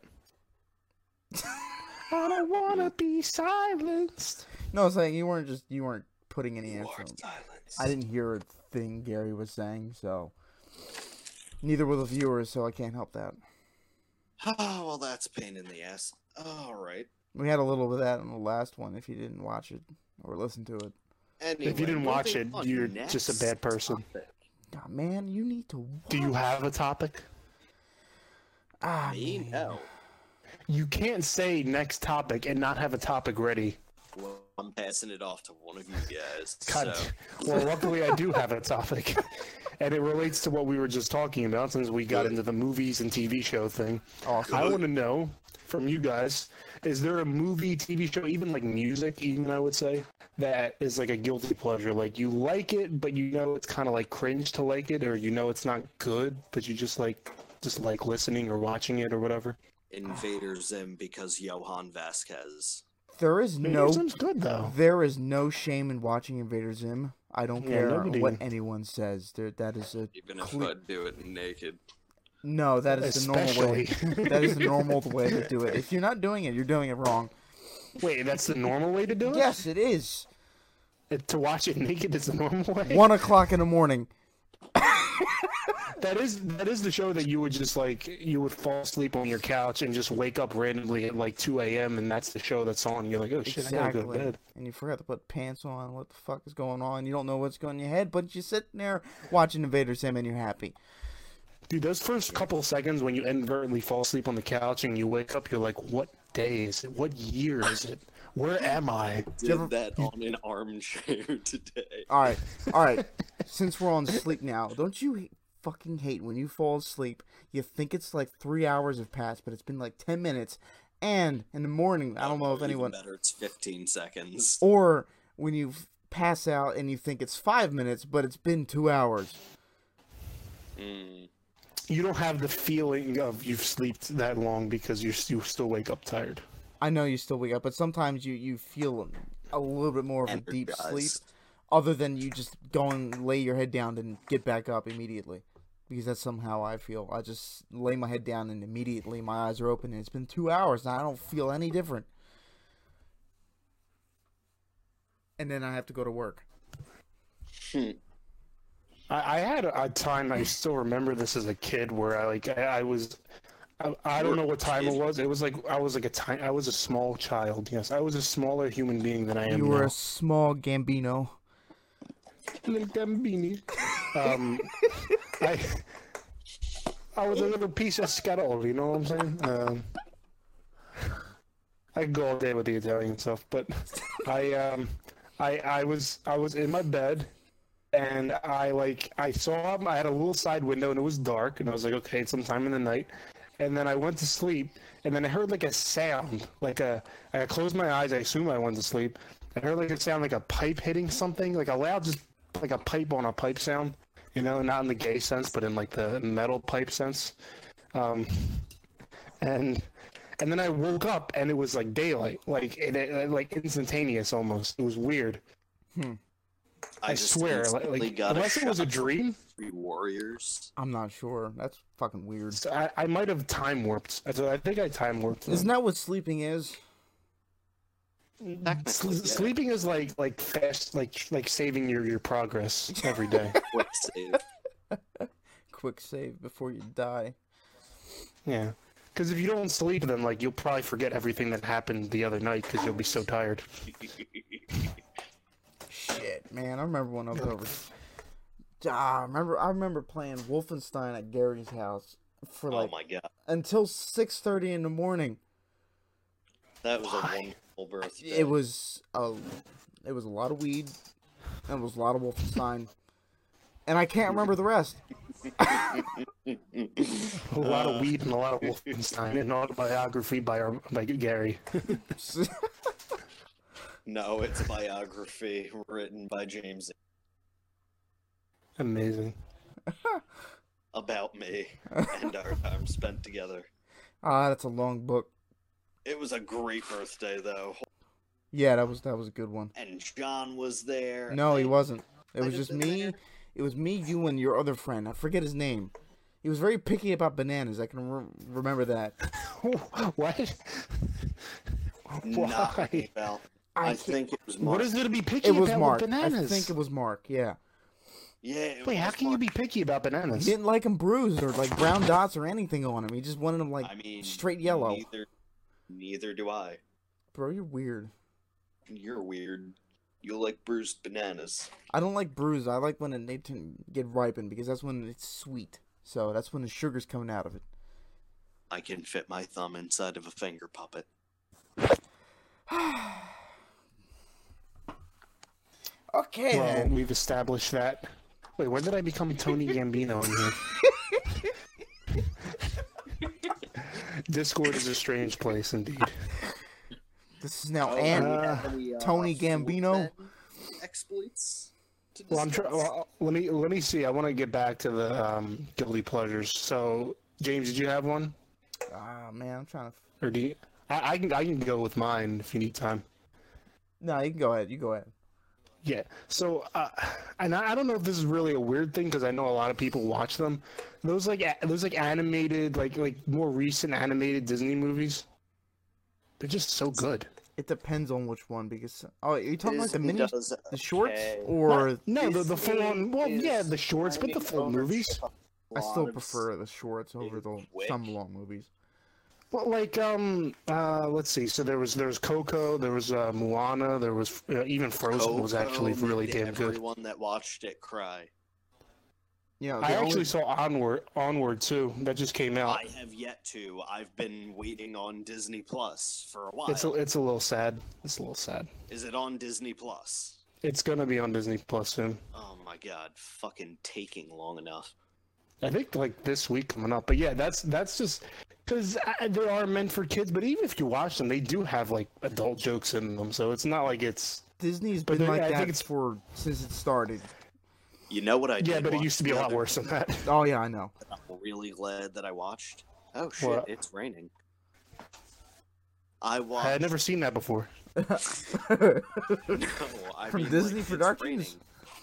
Speaker 1: I don't want to be silenced.
Speaker 2: No, it's like you weren't just you weren't putting any
Speaker 4: You
Speaker 2: answer.
Speaker 4: are
Speaker 2: on-
Speaker 4: silenced.
Speaker 2: I didn't hear a thing Gary was saying, so neither were the viewers, so I can't help that.
Speaker 4: Oh well, that's a pain in the ass. All right.
Speaker 2: We had a little of that on the last one. If you didn't watch it or listen to it,
Speaker 4: Anyway,
Speaker 1: If you didn't watch it,
Speaker 4: moving on.
Speaker 1: you're just a bad
Speaker 4: Next
Speaker 1: person.
Speaker 4: topic.
Speaker 2: Ah, man, you need to. Watch.
Speaker 1: Do you have a topic?
Speaker 2: Ah,
Speaker 4: Me
Speaker 2: man.
Speaker 4: no.
Speaker 1: You can't say next topic and not have a topic ready.
Speaker 4: Well, I'm passing it off to one of you guys.
Speaker 1: God.
Speaker 4: So
Speaker 1: Well, luckily I do have a topic, and it relates to what we were just talking about since we got
Speaker 4: Good.
Speaker 1: into the movies and TV show thing.
Speaker 2: Awesome.
Speaker 1: I want to know from you guys: Is there a movie, TV show, even like music, even I would say that is like a guilty pleasure? Like you like it, but you know it's kind of like cringe to like it, or you know it's not good, but you just like just like listening or watching it or whatever.
Speaker 4: Invader Zim because Johan Vasquez.
Speaker 2: There is no.
Speaker 1: Maybe it's good though.
Speaker 2: There is no shame in watching Invader Zim. I don't
Speaker 1: Yeah,
Speaker 2: care
Speaker 1: nobody-
Speaker 2: what anyone says. There, that is a
Speaker 4: Even if
Speaker 2: Cle-
Speaker 4: I do it naked.
Speaker 2: no. That is the normal way.
Speaker 1: Especially.
Speaker 2: That is the normal way to do it. If you're not doing it, you're doing it wrong.
Speaker 1: Wait, that's the normal way to do it.
Speaker 2: Yes, it is.
Speaker 1: It- to watch it naked is the normal way.
Speaker 2: One o'clock in the morning.
Speaker 1: That is that is the show that you would just like you would fall asleep on your couch and just wake up randomly at like 2 a.m. and that's the show that's on. You're like, oh shit, I gotta go to
Speaker 2: Exactly.
Speaker 1: bed.
Speaker 2: And you forgot to put pants on. What the fuck is going on? You don't know what's going in your head, but you're sitting there watching Invader Zim and you're happy.
Speaker 1: Dude, those first couple seconds when you inadvertently fall asleep on the couch and you wake up, you're like, what day is it? What year is it? Where am I?
Speaker 4: Did
Speaker 2: ever-
Speaker 4: that on an armchair today.
Speaker 2: All right, all right. Since we're on sleep now, don't you h- fucking hate when you fall asleep? You think it's like three hours have passed, but it's been like ten minutes. And in the morning, I don't know if
Speaker 4: Even
Speaker 2: anyone
Speaker 4: Better, it's 15 seconds.
Speaker 1: Oh,
Speaker 2: or when you f- pass out and you think it's five minutes, but it's been two hours.
Speaker 4: Mm.
Speaker 1: You don't have the feeling of you've slept that long because you you still wake up tired.
Speaker 2: I know you still wake up, but sometimes you you feel a little bit more of a deep sleep,
Speaker 4: Energized.
Speaker 2: other than you just go and lay your head down and get back up immediately. Because that's somehow I feel. I just lay my head down and immediately my eyes are open, and it's been two hours and I don't feel any different. And then I have to go to work.
Speaker 1: I, I had a, a time I still remember this as a kid where I like I, I was I, I don't know what time it was. It was like I was like a time I was a small child. Yes, I was a smaller human being than I am
Speaker 2: You were
Speaker 1: now.
Speaker 2: a small Gambino.
Speaker 1: Little Gambini. Um, I I was a little piece of scatol. You know what I'm saying? Um, I could go all day with the Italian stuff, but I um I I was I was in my bed and I like I saw him. I had a little side window and it was dark, and I was like, okay, it's sometime in the night. And then I went to sleep, and then I heard like a sound, like a. I closed my eyes. I assume I went to sleep. I heard like a sound, like a pipe hitting something, like a loud, just like a pipe on a pipe sound, you know, not in the gay sense, but in like the metal pipe sense. Um, and and then I woke up, and it was like daylight, like it, it, like instantaneous almost. It was weird. I,
Speaker 4: just
Speaker 1: swear, like,
Speaker 4: instantly
Speaker 1: like
Speaker 4: got
Speaker 1: unless
Speaker 4: a
Speaker 1: it was a
Speaker 4: shot
Speaker 1: dream,
Speaker 4: Three Warriors.
Speaker 2: I'm not sure. That's fucking weird.
Speaker 1: So I, I might have time warped. I, I think I time warped.
Speaker 2: Isn't that what sleeping is?
Speaker 1: Sl- Sleeping is like like fast, like like saving your your progress every day.
Speaker 4: Quick save.
Speaker 2: Quick save before you die.
Speaker 1: yeah, because if you don't sleep, then like you'll probably forget everything that happened the other night because you'll be so tired.
Speaker 2: Shit, man, I remember when I was over. Ah, I remember I remember playing Wolfenstein at Gary's house for
Speaker 4: oh
Speaker 2: like
Speaker 4: my god,
Speaker 2: until six thirty in the morning.
Speaker 4: that was a wonderful birthday.
Speaker 2: It was a, it was a lot of weed, and it was a lot of Wolfenstein, and I can't remember the rest.
Speaker 1: A lot of weed and a lot of Wolfenstein, an autobiography by our by Gary.
Speaker 4: no, it's a biography written by James
Speaker 1: Amazing.
Speaker 4: about me and our time spent together.
Speaker 2: ah, that's a long book.
Speaker 4: It was a great birthday though,
Speaker 2: Yeah, that was that was a good one.
Speaker 4: and John was there.
Speaker 2: No, he wasn't. It
Speaker 4: I
Speaker 2: was
Speaker 4: just
Speaker 2: just
Speaker 4: sit
Speaker 2: me.
Speaker 4: there.
Speaker 2: It was me, you, and your other friend. I forget his name. He was very picky about bananas. I can re- remember that.
Speaker 1: what?
Speaker 4: Not
Speaker 1: Why?
Speaker 4: well,
Speaker 2: I
Speaker 4: I,
Speaker 2: can't-
Speaker 4: think it was Mark.
Speaker 1: What is there to be picky
Speaker 2: It was
Speaker 1: about
Speaker 2: Mark.
Speaker 1: with
Speaker 2: I
Speaker 1: bananas?
Speaker 2: think it was Mark. Yeah,
Speaker 4: Yeah. it
Speaker 1: Wait, how
Speaker 4: was
Speaker 1: can you
Speaker 4: Mark.
Speaker 1: be picky about
Speaker 2: he
Speaker 1: bananas?
Speaker 2: didn't like them bruised or like brown dots or anything on him. He just wanted them like
Speaker 4: I mean,
Speaker 2: straight yellow.
Speaker 4: Neither, neither do I.
Speaker 2: Bro, you're weird.
Speaker 4: You're weird. You like bruised bananas.
Speaker 2: I don't like bruised. I like when it they tend to get ripened because that's when it's sweet. So that's when the sugar's coming out of it.
Speaker 4: I can fit my thumb inside of a finger puppet.
Speaker 2: Okay.
Speaker 1: Well,
Speaker 2: then.
Speaker 1: we've established that. Wait, when did I become Tony Gambino in here? Discord is a strange place indeed.
Speaker 2: This is now
Speaker 4: Oh,
Speaker 2: and
Speaker 1: uh,
Speaker 4: any, uh,
Speaker 2: Tony Gambino.
Speaker 4: full-fledged exploits. to
Speaker 1: Well, I'm try-
Speaker 4: discuss?
Speaker 1: well, let me let me see. I want to get back to the um, guilty pleasures. So, James, did you have one,
Speaker 2: ah man, I'm trying to. f-
Speaker 1: or do you? I, I can I can go with mine if you need time.
Speaker 2: No, you can go ahead. You go ahead.
Speaker 1: Yeah. So, uh, and I, I don't know if this is really a weird thing because I know a lot of people watch them. Those like a- those like animated, like like more recent animated Disney movies. They're just so good.
Speaker 2: It depends on which one because oh, are you talking about the
Speaker 4: Disney
Speaker 2: mini,
Speaker 4: does
Speaker 2: the shorts,
Speaker 4: okay.
Speaker 2: or
Speaker 1: no, the, the full
Speaker 4: Disney
Speaker 1: on. Well, yeah,
Speaker 4: is
Speaker 1: the shorts, but the
Speaker 4: trying to
Speaker 1: full movies.
Speaker 4: overstep a
Speaker 2: I still
Speaker 4: lot of
Speaker 2: prefer the shorts over
Speaker 4: is
Speaker 2: the
Speaker 4: Wick.
Speaker 2: some long movies.
Speaker 1: Well, like um, uh, let's see. So there was there was Coco, there was uh, Moana, there was uh, even Frozen was
Speaker 4: Coco
Speaker 1: actually
Speaker 4: made
Speaker 1: really damn good.
Speaker 4: Everyone that watched it cry.
Speaker 2: Yeah,
Speaker 1: I
Speaker 2: the
Speaker 1: actually
Speaker 2: only-
Speaker 1: saw Onward Onward too. That just came out.
Speaker 4: I have yet to. I've been waiting on Disney Plus for a while.
Speaker 1: It's a, it's a little sad. It's a little sad.
Speaker 4: Is it on Disney Plus?
Speaker 1: It's gonna be on Disney Plus soon.
Speaker 4: Oh my god, fucking taking long enough.
Speaker 1: I think like this week coming up. But yeah, that's that's just because they are meant for kids. But even if you watch them, they do have like adult jokes in them. So it's not like it's
Speaker 2: Disney's
Speaker 1: but
Speaker 2: been
Speaker 1: they-
Speaker 2: like
Speaker 1: I
Speaker 2: that
Speaker 1: think it's-
Speaker 2: for since it started.
Speaker 4: You know what I did?
Speaker 1: yeah. But it
Speaker 4: watch
Speaker 1: used to be a
Speaker 4: the
Speaker 1: lot
Speaker 4: other-
Speaker 1: worse than that.
Speaker 2: Oh yeah, I know.
Speaker 4: I'm really glad that I watched. Oh shit,
Speaker 1: What?
Speaker 4: it's raining. I
Speaker 1: I
Speaker 4: watched.
Speaker 1: had never seen that before.
Speaker 2: it's
Speaker 4: No, I
Speaker 2: From
Speaker 4: mean,
Speaker 2: Disney
Speaker 4: like, it's
Speaker 2: Productions?
Speaker 4: raining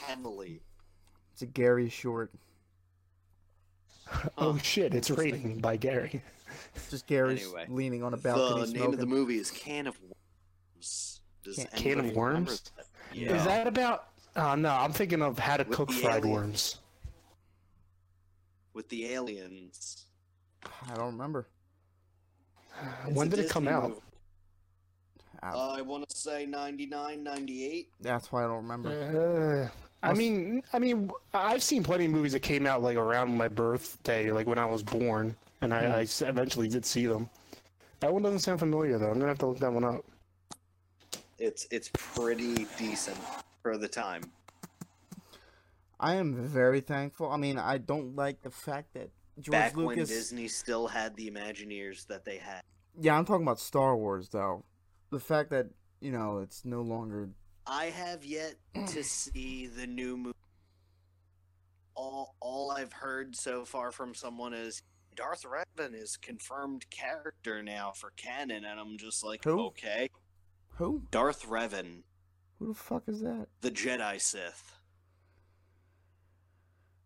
Speaker 4: heavily.
Speaker 2: a Gary short.
Speaker 1: Oh shit! It's raining by Gary.
Speaker 2: It's just Gary
Speaker 4: Anyway,
Speaker 2: leaning on a
Speaker 4: The
Speaker 2: balcony
Speaker 4: name
Speaker 2: smoking.
Speaker 4: of the movie is Can of Worms. Does
Speaker 2: Can-
Speaker 1: Can of
Speaker 4: anybody remember
Speaker 1: Worms?
Speaker 4: that? Yeah.
Speaker 1: Is that about? Uh, no, I'm thinking of how to
Speaker 4: With
Speaker 1: cook
Speaker 4: the
Speaker 1: fried
Speaker 4: alien.
Speaker 1: worms.
Speaker 4: with the aliens?
Speaker 2: I don't remember.
Speaker 4: It's
Speaker 1: when
Speaker 4: a
Speaker 1: did it come
Speaker 4: Disney
Speaker 1: out?
Speaker 4: movie. Uh,
Speaker 2: Ah,
Speaker 4: I want to say 99, 98.
Speaker 2: that's why I don't remember.
Speaker 1: Uh, I
Speaker 2: Must-
Speaker 1: mean, I mean, I've seen plenty of movies that came out like around my birthday, like when I was born, and I, I s- eventually did see them. That one doesn't sound familiar though. I'm gonna have to look that one up.
Speaker 4: It's it's pretty decent for the time.
Speaker 2: I am very thankful. I mean, I don't like the fact that George
Speaker 4: Back when
Speaker 2: Lucas.
Speaker 4: Disney still had the Imagineers that they had.
Speaker 2: Yeah, I'm talking about Star Wars though. The fact that you know it's no longer
Speaker 4: I have yet to see the new movie. All all I've heard so far from someone is Darth Revan is confirmed character now for canon, and I'm just like,
Speaker 2: Who?
Speaker 4: okay,
Speaker 2: who
Speaker 4: Darth Revan,
Speaker 2: who the fuck is that?
Speaker 4: the Jedi Sith.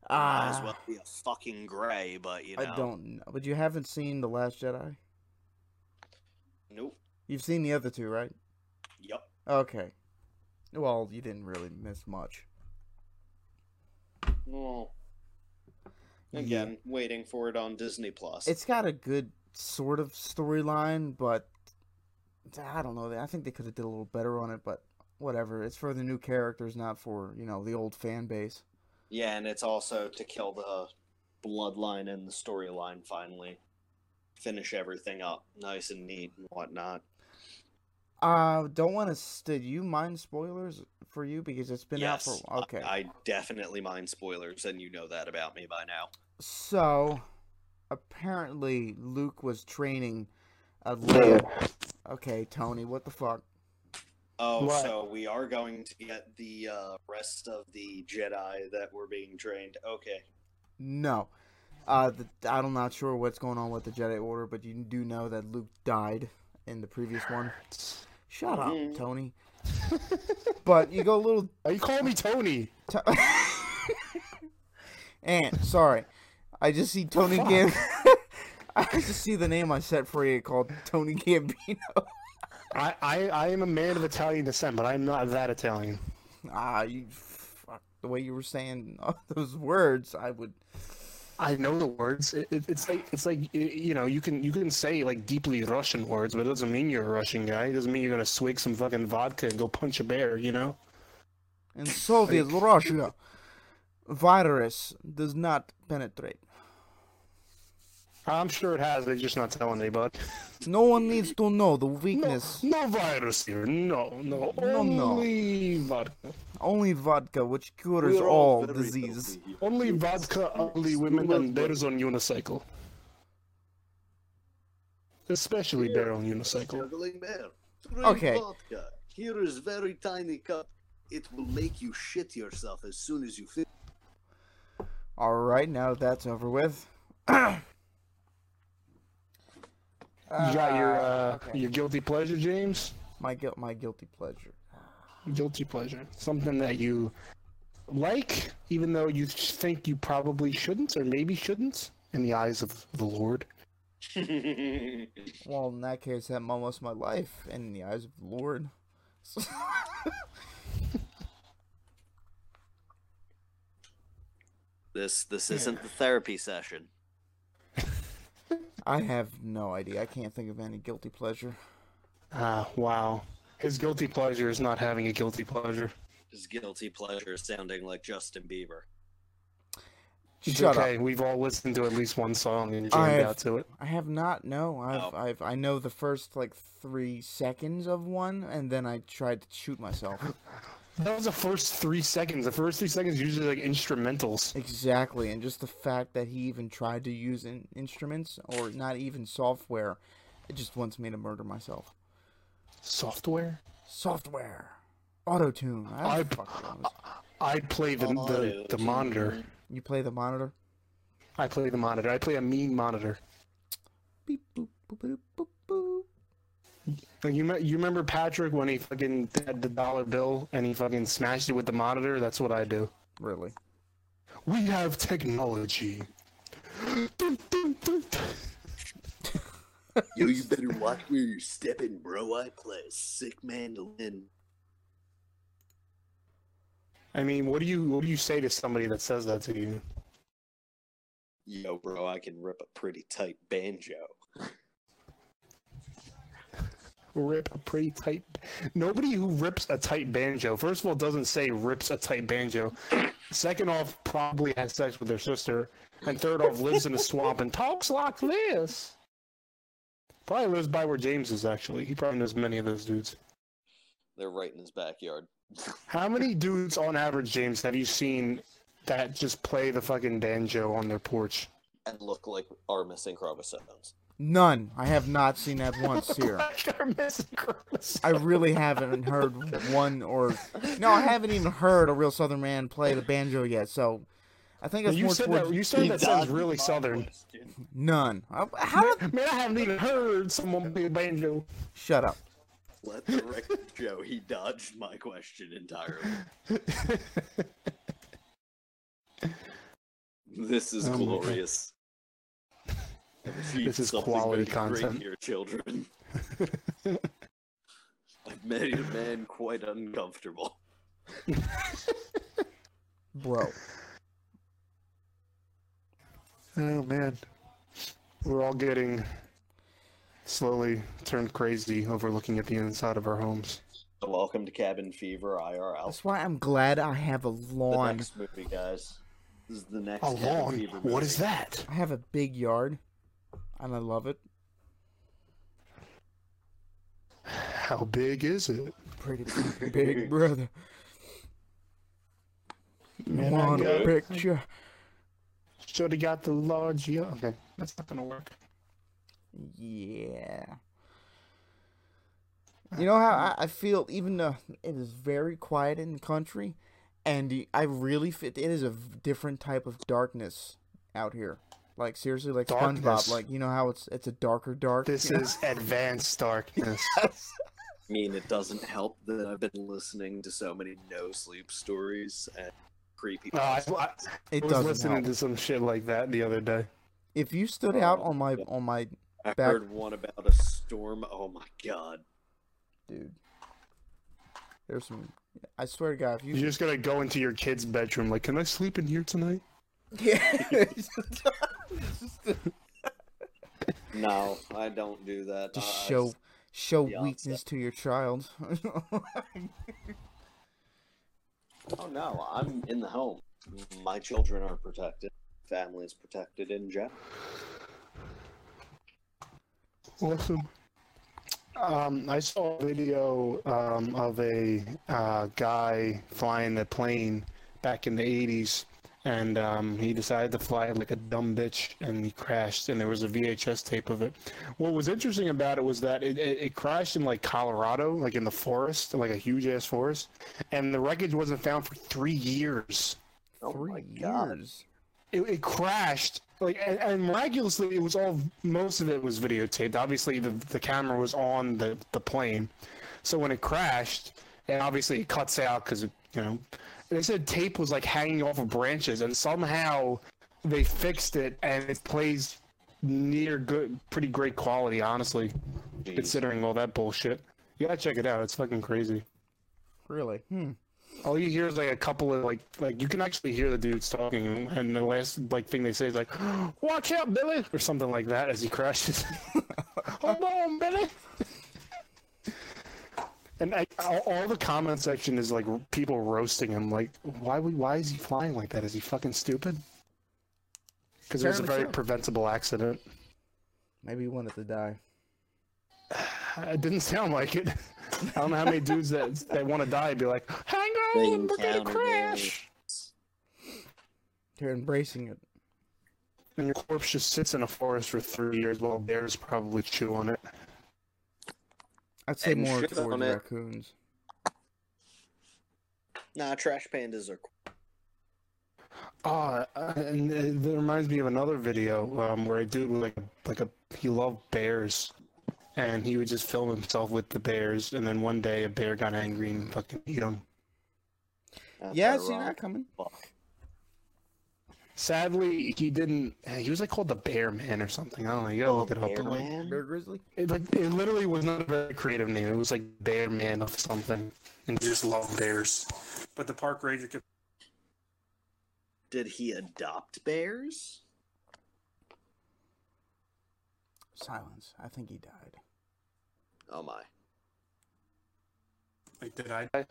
Speaker 4: Might as
Speaker 2: Ah,
Speaker 4: well be a fucking gray, but you know.
Speaker 2: I don't know. But you haven't seen the Last Jedi.
Speaker 4: Nope.
Speaker 2: You've seen the other two, right?
Speaker 4: Yep.
Speaker 2: Okay. Well, you didn't really miss much.
Speaker 4: Well,
Speaker 2: Yeah.
Speaker 4: again, waiting for it on Disney Plus.
Speaker 2: It's got a good sort of storyline, but I don't know. I think they could have did a little better on it, but whatever. It's for the new characters, not for you know the old fan base.
Speaker 4: Yeah, and it's also to kill the bloodline and the storyline finally. Finish everything up nice and neat and whatnot.
Speaker 2: Uh, don't want to. St- do you mind spoilers for you because it's been out
Speaker 4: yes,
Speaker 2: for a- okay.
Speaker 4: I, I definitely mind spoilers, and you know that about me by now.
Speaker 2: So, apparently, Luke was training a Leia. Okay, Tony, what the fuck?
Speaker 4: Oh,
Speaker 1: What?
Speaker 4: so we are going to get the uh, rest of the Jedi that were being trained. Okay.
Speaker 2: No, uh, the, I'm not sure what's going on with the Jedi Order, but you do know that Luke died in the previous one. Shut up,
Speaker 4: Mhm.
Speaker 2: Tony. but you go a little
Speaker 1: Are oh, you calling me Tony?
Speaker 2: To- and sorry, I just see Tony Gam. I just see the name I set for you called Tony Gambino.
Speaker 1: I, I, I am a man of Italian descent, but I'm not that Italian.
Speaker 2: Ah, you fuck. The way you were saying all those words, I would.
Speaker 1: I know the words. It, it, it's like it's like y- you know you can you can say like deeply Russian words, but it doesn't mean you're a Russian guy. It doesn't mean you're gonna swig some fucking vodka and go punch a bear. You know.
Speaker 2: In Soviet Russia, virus does not penetrate.
Speaker 1: I'm sure it has. They're just not telling anybody.
Speaker 2: No one needs to know the
Speaker 1: No,
Speaker 2: weakness.
Speaker 1: no virus here. No, no,
Speaker 2: No, no.
Speaker 1: only vodka.
Speaker 2: Only vodka, which cures
Speaker 4: We're
Speaker 2: all
Speaker 4: very
Speaker 2: disease.
Speaker 4: healthy here.
Speaker 1: Only vodka, ugly women, and bears on unicycle. Especially bear on unicycle.
Speaker 4: Juggling bear. Drink
Speaker 2: Okay.
Speaker 4: Vodka. Here is very tiny cup. It will make you shit yourself as soon as you finish.
Speaker 2: All right, now that that's over with.
Speaker 1: You got your uh,
Speaker 2: okay.
Speaker 1: your guilty pleasure, James.
Speaker 2: my guilt, my guilty pleasure.
Speaker 1: Guilty pleasure, something that you like, even though you think you probably shouldn't or maybe shouldn't, in the eyes of the Lord.
Speaker 2: Well, in that case, I'm almost my life in the eyes of the Lord.
Speaker 4: This this isn't the therapy session.
Speaker 2: I have no idea. I can't think of any guilty pleasure.
Speaker 1: Ah, wow. His guilty pleasure is not having a guilty pleasure.
Speaker 4: His guilty pleasure is sounding like Justin Bieber.
Speaker 1: It's
Speaker 2: Shut
Speaker 1: okay.
Speaker 2: up.
Speaker 1: We've all listened to at least one song and jammed
Speaker 2: have-
Speaker 1: out to it.
Speaker 2: I have not. No, I've,
Speaker 4: Oh.
Speaker 2: I've, I know the first like three seconds of one, and then I tried to shoot myself.
Speaker 1: That was the first three seconds. The first three seconds are usually like instrumentals.
Speaker 2: Exactly, and just the fact that he even tried to use in- instruments or not even software, it just wants me to murder myself.
Speaker 1: Software.
Speaker 2: Software, auto tune. I,
Speaker 1: I-
Speaker 2: don't fucking know.
Speaker 1: I play the the, the monitor.
Speaker 2: You play the monitor.
Speaker 1: I play the monitor. I play a mean monitor.
Speaker 2: Beep boop boop boop boop boop.
Speaker 1: Like you, me- you remember Patrick when he fucking had the dollar bill and he fucking smashed it with the monitor? That's what I do.
Speaker 2: Really?
Speaker 1: We have technology.
Speaker 4: Yo, you better watch where you're stepping, bro. I play a sick mandolin.
Speaker 1: I mean, what do you what do you say to somebody that says that to you?
Speaker 4: Yo, bro, I can rip a pretty tight banjo.
Speaker 1: Rip a pretty tight. Nobody who rips a tight banjo, first of all, doesn't say rips a tight banjo. Second off, probably has sex with their sister. And third off, lives in a swamp and talks like this. Probably lives by where James is, actually. He probably knows many of those dudes.
Speaker 4: They're right in his backyard.
Speaker 1: How many dudes on average, James, have you seen that just play the fucking banjo on their porch?
Speaker 4: And look like are missing chromosomes.
Speaker 2: None. I have not seen that once here.
Speaker 1: They're missing Christmas.
Speaker 2: I really haven't heard one or no, I haven't even heard a real Southern man play the banjo yet. So I think it's
Speaker 1: You
Speaker 2: more
Speaker 1: said
Speaker 2: towards
Speaker 1: that. You said that sounds really southern.
Speaker 2: none. I- How? did-
Speaker 1: Man, I haven't even heard someone play a banjo.
Speaker 2: Shut up.
Speaker 4: Let the record show he dodged my question entirely. This is
Speaker 1: Oh my God.
Speaker 4: glorious.
Speaker 1: This is
Speaker 4: Something
Speaker 1: quality
Speaker 4: very great
Speaker 1: content.
Speaker 4: Here, children. I've made a man quite uncomfortable.
Speaker 2: Bro.
Speaker 1: Oh man, we're all getting slowly turned crazy over looking at the inside of our homes.
Speaker 4: Welcome to Cabin Fever IRL.
Speaker 2: That's why I'm glad I have a
Speaker 4: The
Speaker 2: lawn.
Speaker 4: next movie, guys. This is the next.
Speaker 1: A
Speaker 4: Cabin
Speaker 1: lawn?
Speaker 4: Fever
Speaker 1: What is
Speaker 4: movie.
Speaker 1: that?
Speaker 2: I have a big yard, and I love it.
Speaker 1: How big is it?
Speaker 2: Pretty big, brother.
Speaker 1: Man, I
Speaker 2: Want a
Speaker 1: got-
Speaker 2: picture?
Speaker 1: Should have got the large. Yeah. Okay, that's not gonna work.
Speaker 2: Yeah. You know how I, I feel, even though it is very quiet in the country, and y- I really fit. It is a v- different type of darkness out here. Like seriously, like
Speaker 1: Darkness.
Speaker 2: SpongeBob. Like you know how it's it's a darker dark.
Speaker 1: This
Speaker 2: you know?
Speaker 1: is advanced darkness.
Speaker 4: I mean, it doesn't help that I've been listening to so many no sleep stories and creepy.
Speaker 1: Uh, I, I
Speaker 2: it
Speaker 1: was
Speaker 2: doesn't
Speaker 1: listening
Speaker 2: help.
Speaker 1: to some shit like that the other day.
Speaker 2: If you stood out on my on my
Speaker 4: I
Speaker 2: back-
Speaker 4: heard one about a storm. Oh my god.
Speaker 2: dude. There's some. I swear to God, if
Speaker 1: You're
Speaker 2: you.
Speaker 1: just gonna go into your kid's bedroom, like, can I sleep in here tonight?
Speaker 2: Yeah.
Speaker 4: No, I don't do that.
Speaker 2: just
Speaker 4: I- I
Speaker 2: show
Speaker 4: just-
Speaker 2: show
Speaker 4: Yeah, I'll
Speaker 2: weakness to your child.
Speaker 4: Oh no, I'm in the home. My children are protected. Family is protected in general.
Speaker 1: Awesome. Um, I saw a video um, of a uh, guy flying a plane back in the 80s, and um, he decided to fly like a dumb bitch, and he crashed, and there was a VHS tape of it. What was interesting about it was that it, it, it crashed in like Colorado, like in the forest, like a huge ass forest, and the wreckage wasn't found for three years
Speaker 4: Oh my
Speaker 2: Three
Speaker 4: god.
Speaker 2: years.
Speaker 1: it, it crashed like and, and miraculously it was all most of it was videotaped obviously the, the camera was on the, the plane so when it crashed and obviously it cuts out because you know they said tape was like hanging off of branches and somehow they fixed it and it plays near good pretty great quality honestly considering all that bullshit you gotta check it out it's fucking crazy
Speaker 2: Really? Hmm.
Speaker 1: all you hear is like a couple of like like you can actually hear the dudes talking, and the last like thing they say is like, "Watch out, Billy," or something like that as he crashes. Hold on, Billy. and I, all, all the comment section is like people roasting him. Like, why would why is he flying like that? Is he fucking stupid? Because it was a
Speaker 2: Apparently
Speaker 1: very
Speaker 2: so.
Speaker 1: preventable accident.
Speaker 2: Maybe he wanted to die.
Speaker 1: It didn't sound like it. I don't know how many dudes that that want to die be like, "Hang on, we're gonna
Speaker 4: encountered a-
Speaker 1: crash."
Speaker 2: They're embracing it.
Speaker 1: And your corpse just sits in a forest for three years while bears probably chew on it.
Speaker 2: I'd say
Speaker 4: And
Speaker 2: more
Speaker 4: shit
Speaker 2: towards
Speaker 4: on it.
Speaker 2: raccoons.
Speaker 4: Nah, trash pandas are.
Speaker 1: Ah, uh, and it, that reminds me of another video um, where a dude was like, like a he loved bears, and he would just film himself with the bears, and then one day a bear got angry and fucking ate him.
Speaker 4: That's
Speaker 2: Yeah, I've seen
Speaker 4: ironic.
Speaker 2: that coming.
Speaker 4: Fuck.
Speaker 1: Sadly, he didn't. He was like called the Bear Man or something. I don't know. You gotta look it up.
Speaker 4: Bear
Speaker 1: But like,
Speaker 4: man?
Speaker 2: Bear Grizzly?
Speaker 1: it, like, it literally was not a very creative name. It was like Bear Man of something, and he just loved bears. But the park ranger could.
Speaker 4: Did he adopt bears?
Speaker 2: Silence. I think he died.
Speaker 4: Oh my.
Speaker 1: Like, did I?
Speaker 2: Y-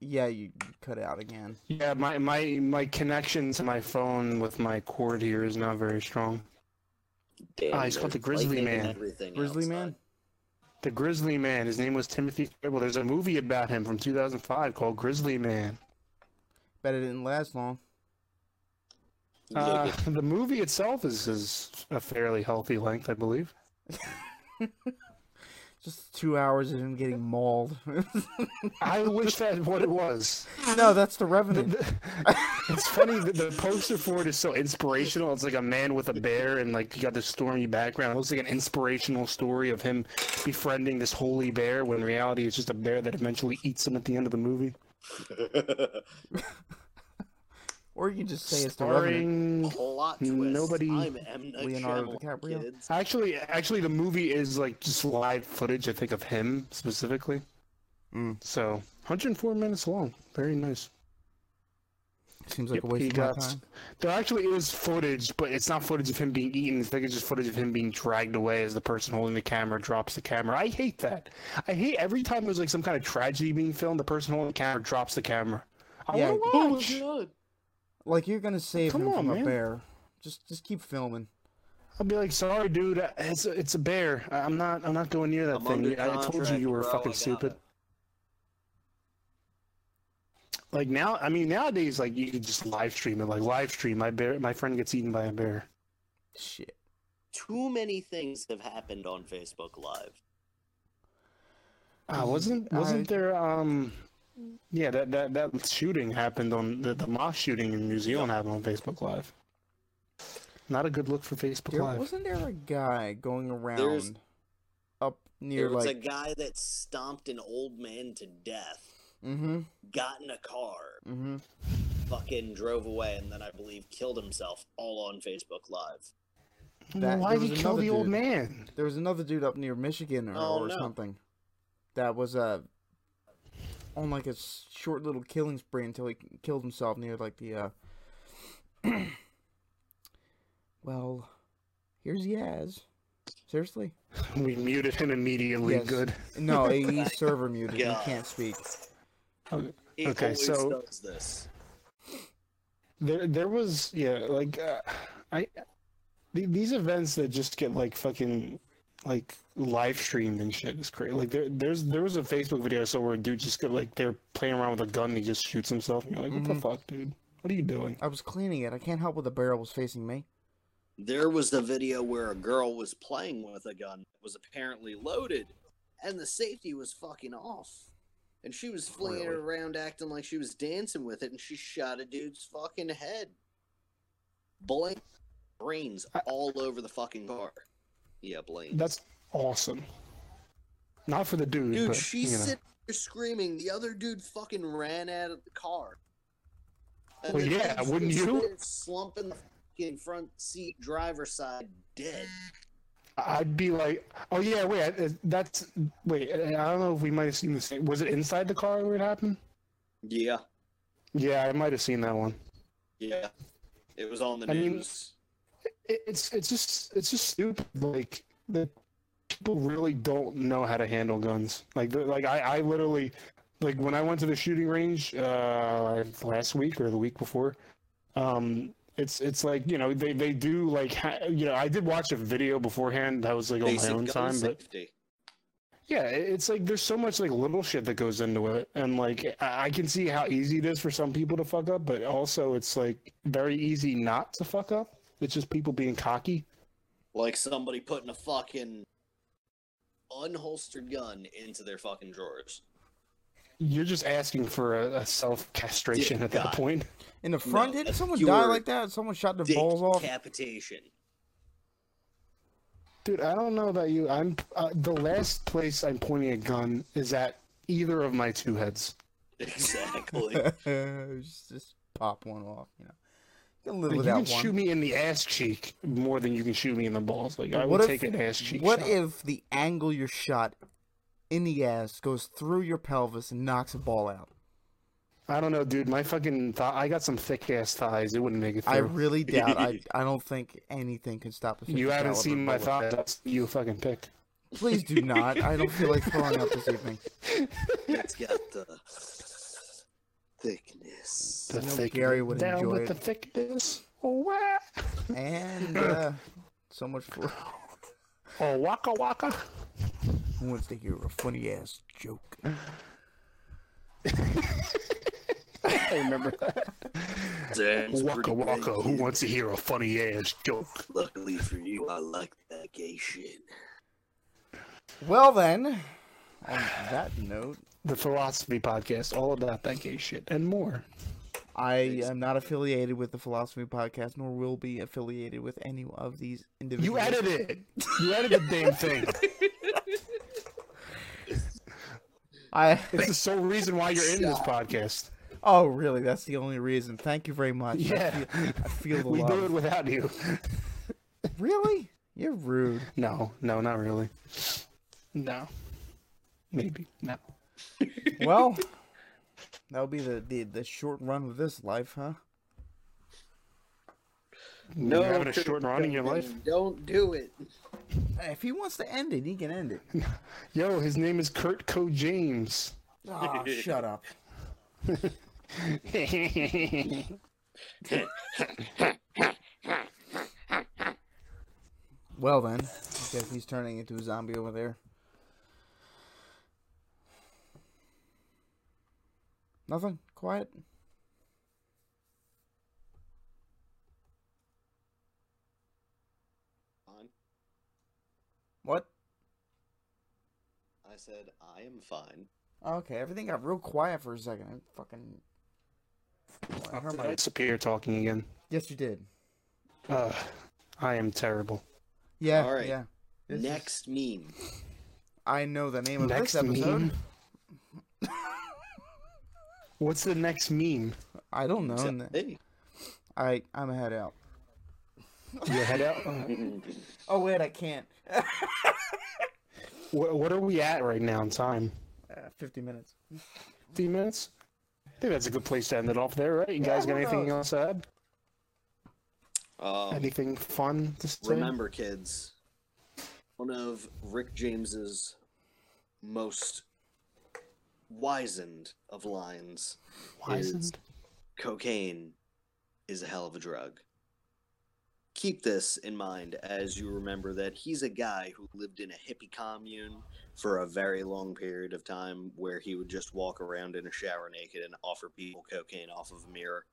Speaker 2: Yeah, you you cut out again.
Speaker 1: Yeah, my my my connection to my phone with my cord here is not very strong.
Speaker 4: Damn,
Speaker 1: Ah, he's called
Speaker 4: there's
Speaker 1: the Grizzly
Speaker 4: lightning and
Speaker 1: Man.
Speaker 4: everything
Speaker 2: Grizzly
Speaker 4: outside.
Speaker 2: Man?
Speaker 1: The Grizzly Man. His name was Timothy. Well, there's a movie about him from 2005 called Grizzly Man.
Speaker 2: Bet it didn't last long.
Speaker 1: Uh, the movie itself is is a fairly healthy length, I believe.
Speaker 2: Just two hours of him getting mauled.
Speaker 1: I wish that what it was.
Speaker 2: no, that's the Revenant.
Speaker 1: It's funny that the poster for it is so inspirational. It's like a man with a bear, and like you got this stormy background. It looks like an inspirational story of him befriending this holy bear, when in reality it's just a bear that eventually eats him at the end of the movie.
Speaker 2: Uh, Or you can just say it's the
Speaker 1: Starring...
Speaker 2: Revenant.
Speaker 4: Plot twist.
Speaker 1: Nobody-
Speaker 4: I'm M. Night
Speaker 2: Leonardo
Speaker 4: Shyamalan,
Speaker 2: DiCaprio?
Speaker 4: kids.
Speaker 1: Actually, actually, the movie is like just live footage. I think of him specifically.
Speaker 2: Mm.
Speaker 1: So 104 minutes long. Very nice.
Speaker 2: Seems like
Speaker 1: Yep,
Speaker 2: a waste
Speaker 1: he
Speaker 2: of my
Speaker 1: got-
Speaker 2: time.
Speaker 1: There actually is footage, but it's not footage of him being eaten. It's like it's just footage of him being dragged away as the person holding the camera drops the camera. I hate that. I hate every time there's like some kind of tragedy being filmed. The person holding the camera drops the camera. I
Speaker 2: Yeah.
Speaker 1: want to watch.
Speaker 2: Like you're gonna save
Speaker 1: Come
Speaker 2: him
Speaker 1: on,
Speaker 2: from
Speaker 1: man.
Speaker 2: a bear. Just just keep filming.
Speaker 1: I'll be like, sorry, dude. It's a, it's a bear. I- I'm not. I'm not going near that
Speaker 4: I'm
Speaker 1: thing.
Speaker 4: under
Speaker 1: I I told you
Speaker 4: contract,
Speaker 1: you were
Speaker 4: bro, I
Speaker 1: fucking
Speaker 4: got
Speaker 1: stupid.
Speaker 4: it.
Speaker 1: Like now, I mean, nowadays, like you could just live stream it. Like live stream, my bear, my friend gets eaten by a bear.
Speaker 2: Shit.
Speaker 4: Too many things have happened on Facebook Live.
Speaker 2: Mm-hmm.
Speaker 1: Uh, wasn't wasn't there? Um, yeah, that that that shooting happened on the, the mock shooting in New Zealand happened on Facebook Live. Not a good look for Facebook
Speaker 2: There
Speaker 1: Live.
Speaker 2: wasn't there a guy going around up near
Speaker 4: There was
Speaker 2: like
Speaker 4: a guy that stomped an old man to death,
Speaker 2: Mm-hmm.
Speaker 4: got in a car,
Speaker 2: Mm-hmm.
Speaker 4: fucking drove away, and then I believe killed himself all on Facebook Live.
Speaker 1: Well,
Speaker 2: that-
Speaker 1: Why
Speaker 2: there
Speaker 1: did he
Speaker 2: was
Speaker 1: kill
Speaker 2: another
Speaker 1: the old
Speaker 2: dude.
Speaker 1: man?
Speaker 2: There was another dude up near Michigan or,
Speaker 4: Oh,
Speaker 2: or
Speaker 4: no.
Speaker 2: something. that was uh, on like a s- short little killing spree until he killed himself near like the. Uh... well, here's Yaz. Seriously?
Speaker 1: We muted him immediately.
Speaker 2: Yes.
Speaker 1: Good.
Speaker 2: No, he- he's server muted. He
Speaker 4: God.
Speaker 2: can't speak.
Speaker 4: He
Speaker 1: Okay,
Speaker 4: always
Speaker 1: so-
Speaker 4: does this.
Speaker 1: There, there was yeah, like uh, I, the- these events that just get like fucking like live streamed and shit is crazy. Like there, there's there was a Facebook video I saw where a dude just got like they're playing around with a gun and he just shoots himself. And you're like, what the fuck, dude? What are you doing?
Speaker 2: I was cleaning it. I can't help what the barrel was facing me.
Speaker 4: There was the video where a girl was playing with a gun that was apparently loaded, and the safety was fucking off. And she was flinging
Speaker 1: Really?
Speaker 4: it around, acting like she was dancing with it, and she shot a dude's fucking head. Blank brains
Speaker 1: I-
Speaker 4: all over the fucking car. Yeah, Blaine.
Speaker 1: That's awesome. Not for the dude.
Speaker 4: Dude,
Speaker 1: but,
Speaker 4: she's
Speaker 1: you know.
Speaker 4: sitting there screaming. The other dude fucking ran out of the car. And
Speaker 1: Well,
Speaker 4: the
Speaker 1: yeah,
Speaker 4: dude's
Speaker 1: wouldn't
Speaker 4: just
Speaker 1: you?
Speaker 4: there Slumping the fucking front seat driver's side dead.
Speaker 1: I'd be like, oh yeah, wait, I- that's wait. I don't know if we might have seen the same. Was it inside the car where it happened?
Speaker 4: Yeah,
Speaker 1: Yeah, I might have seen that one.
Speaker 4: yeah. It was on the
Speaker 1: I mean-
Speaker 4: news.
Speaker 1: it- it's it's just it's just stupid. Like the people really don't know how to handle guns. Like the- like I I literally like when I went to the shooting range uh last week or the week before, um. It's it's like you know they, they do like ha- you know I did watch a video beforehand that was like on my
Speaker 4: Basic
Speaker 1: own
Speaker 4: gun
Speaker 1: time but
Speaker 4: safety.
Speaker 1: yeah it- it's like there's so much like little shit that goes into it and like I, I can see how easy it is for some people to fuck up but also it's like very easy not to fuck up it's just people being cocky
Speaker 4: Like somebody putting a fucking unholstered gun into their fucking drawers.
Speaker 1: You're just asking for a, a self castration
Speaker 4: Dear
Speaker 1: at that
Speaker 4: God.
Speaker 1: point.
Speaker 2: In the front,
Speaker 4: No,
Speaker 2: didn't
Speaker 4: that's
Speaker 2: someone
Speaker 4: your
Speaker 2: die like that? Someone shot their balls off.
Speaker 4: Decapitation.
Speaker 1: Dude, I don't know about you. I'm uh, the last place I'm pointing a gun is at either of my two heads.
Speaker 4: Exactly.
Speaker 2: just, just pop one off, you know. You can live
Speaker 1: Like, you
Speaker 2: without
Speaker 1: can
Speaker 2: one.
Speaker 1: shoot me in the ass cheek more than you can shoot me in the balls. Like I
Speaker 2: What
Speaker 1: would
Speaker 2: if-
Speaker 1: take an ass cheek.
Speaker 2: What
Speaker 1: shot.
Speaker 2: if the angle you're shot in the ass goes through your pelvis and knocks a ball out?
Speaker 1: I don't know, dude. My fucking thigh. I got some thick ass thighs. It wouldn't make it through.
Speaker 2: I really doubt. I I don't think anything can stop a. 50
Speaker 1: you haven't
Speaker 2: caliber
Speaker 1: seen my
Speaker 2: bullet.
Speaker 1: thighs. That's you fucking pick.
Speaker 2: Please do not. I don't feel like throwing up this evening.
Speaker 4: it's got the thickness.
Speaker 1: The
Speaker 2: I know Gary would
Speaker 1: Down
Speaker 2: enjoy
Speaker 1: with
Speaker 2: it.
Speaker 1: the thickness. Oh wow.
Speaker 2: And uh, so much for
Speaker 1: Oh waka waka.
Speaker 2: who wants to hear a funny ass joke.
Speaker 1: I remember that.
Speaker 4: Dan's
Speaker 1: Waka
Speaker 4: pretty
Speaker 1: waka.
Speaker 4: great,
Speaker 1: Who
Speaker 4: kid.
Speaker 1: wants to hear a funny ass joke?
Speaker 4: Luckily for you, I like that gay shit.
Speaker 2: Well then, on that note,
Speaker 1: the philosophy podcast all about that gay shit and more
Speaker 2: I am not affiliated with the Philosophy Podcast, nor will be affiliated with any of these
Speaker 1: you
Speaker 2: individuals.
Speaker 1: edit it you edit the damn thing
Speaker 2: I
Speaker 1: it's the sole reason why you're in this podcast
Speaker 2: oh really? That's the only reason. Thank you very much. I
Speaker 1: Yeah.
Speaker 2: feel- I feel, the
Speaker 1: we
Speaker 2: love.
Speaker 1: do it without you
Speaker 2: Really? You're rude.
Speaker 1: no no not really no maybe no
Speaker 2: Well, that'll be the, the the short run of this life, huh?
Speaker 1: no you're having a short run in your life
Speaker 4: Don't do it.
Speaker 2: If he wants to end it, he can end it.
Speaker 1: yo his name is kurt co james
Speaker 2: Oh, shut up. Well then, I guess he's turning into a zombie over there. Nothing. Quiet.
Speaker 4: Fine.
Speaker 2: What?
Speaker 4: I said, I am fine.
Speaker 2: Okay, everything got real quiet for a second. I fucking. I heard my-
Speaker 1: disappear talking again
Speaker 2: Yes, you did.
Speaker 1: uh, i am terrible
Speaker 2: Yeah.
Speaker 4: All right.
Speaker 2: Yeah. This is-
Speaker 4: Next meme.
Speaker 2: I know the name of
Speaker 1: next
Speaker 2: this episode.
Speaker 1: meme what's the next meme
Speaker 2: I don't know.
Speaker 4: Except-
Speaker 2: and
Speaker 4: hey,
Speaker 2: I I'm a head out.
Speaker 1: your head out Uh,
Speaker 2: Oh wait, I can't.
Speaker 1: Wh- what are we at right now in time?
Speaker 2: uh, 50 minutes.
Speaker 1: 15 minutes? I think that's a good place to end it off there, right? You guys
Speaker 2: who
Speaker 1: got anything else
Speaker 2: knows?
Speaker 1: to add?
Speaker 4: Um,
Speaker 1: Anything fun to say?
Speaker 4: remember, kids, one of Rick James's most wizened of lines is
Speaker 1: Wizened?
Speaker 4: cocaine is a hell of a drug. Keep this in mind as you remember that he's a guy who lived in a hippie commune for a very long period of time where he would just walk around in a shower naked and offer people cocaine off of a mirror.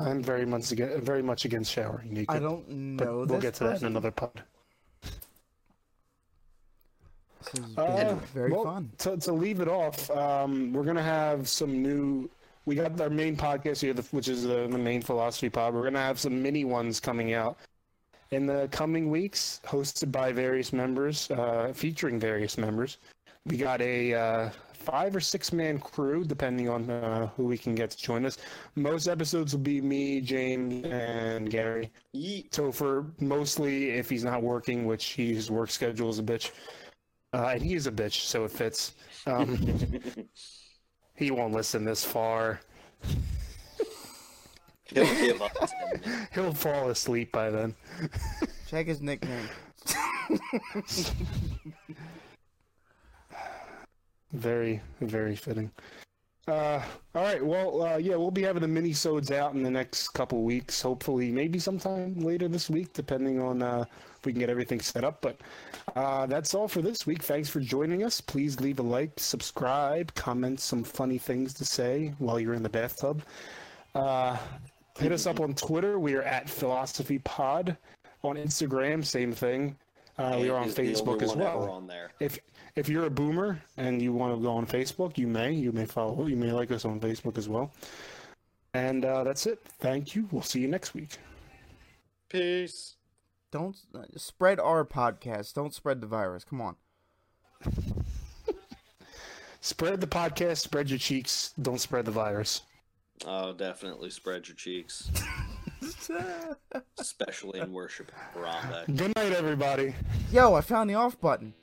Speaker 1: I'm very much against, very much against showering naked.
Speaker 2: I don't
Speaker 1: but
Speaker 2: know.
Speaker 1: we'll
Speaker 2: this
Speaker 1: get to that in
Speaker 2: person.
Speaker 1: another pod.
Speaker 2: This is
Speaker 1: Uh,
Speaker 2: very, very
Speaker 1: well,
Speaker 2: fun.
Speaker 1: To, to leave it off, um, we're gonna have some new. We got our main podcast here, the- which is the, the main philosophy pod. We're gonna have some mini ones coming out in the coming weeks, hosted by various members, uh, featuring various members. We got a uh, five or six man crew, depending on uh, who we can get to join us. Most episodes will be me, James, and Gary.
Speaker 4: Yeet.
Speaker 1: Topher mostly if he's not working, which he, his work schedule is a bitch, uh, and he is a bitch, so it fits. Um, he won't listen this far.
Speaker 4: He'll give up. ten minutes.
Speaker 1: He'll fall asleep by then.
Speaker 2: Check his nickname.
Speaker 1: Very, very fitting. Uh, all right. Well, uh, yeah, we'll be having the mini sodes out in the next couple weeks. Hopefully, maybe sometime later this week, depending on uh, if we can get everything set up. But uh, that's all for this week. Thanks for joining us. Please leave a like, subscribe, comment some funny things to say while you're in the bathtub. Uh, hit us up on Twitter. We are at Philosophy Pod. On Instagram, same thing. Uh, we are on
Speaker 4: He's the only
Speaker 1: Facebook as
Speaker 4: one ever
Speaker 1: well
Speaker 4: On there.
Speaker 1: if if you're a boomer and you want to go on Facebook, you may. You may follow. You may like us on Facebook as well. And uh, that's it. Thank you. We'll see you next week.
Speaker 4: Peace.
Speaker 2: Don't uh, spread our podcast. Don't spread the virus. Come on.
Speaker 1: Spread the podcast. Spread your cheeks. Don't spread the virus.
Speaker 4: Oh, definitely spread your cheeks, especially in worship of Harambe.
Speaker 1: Good night, everybody.
Speaker 2: Yo, I found the off button.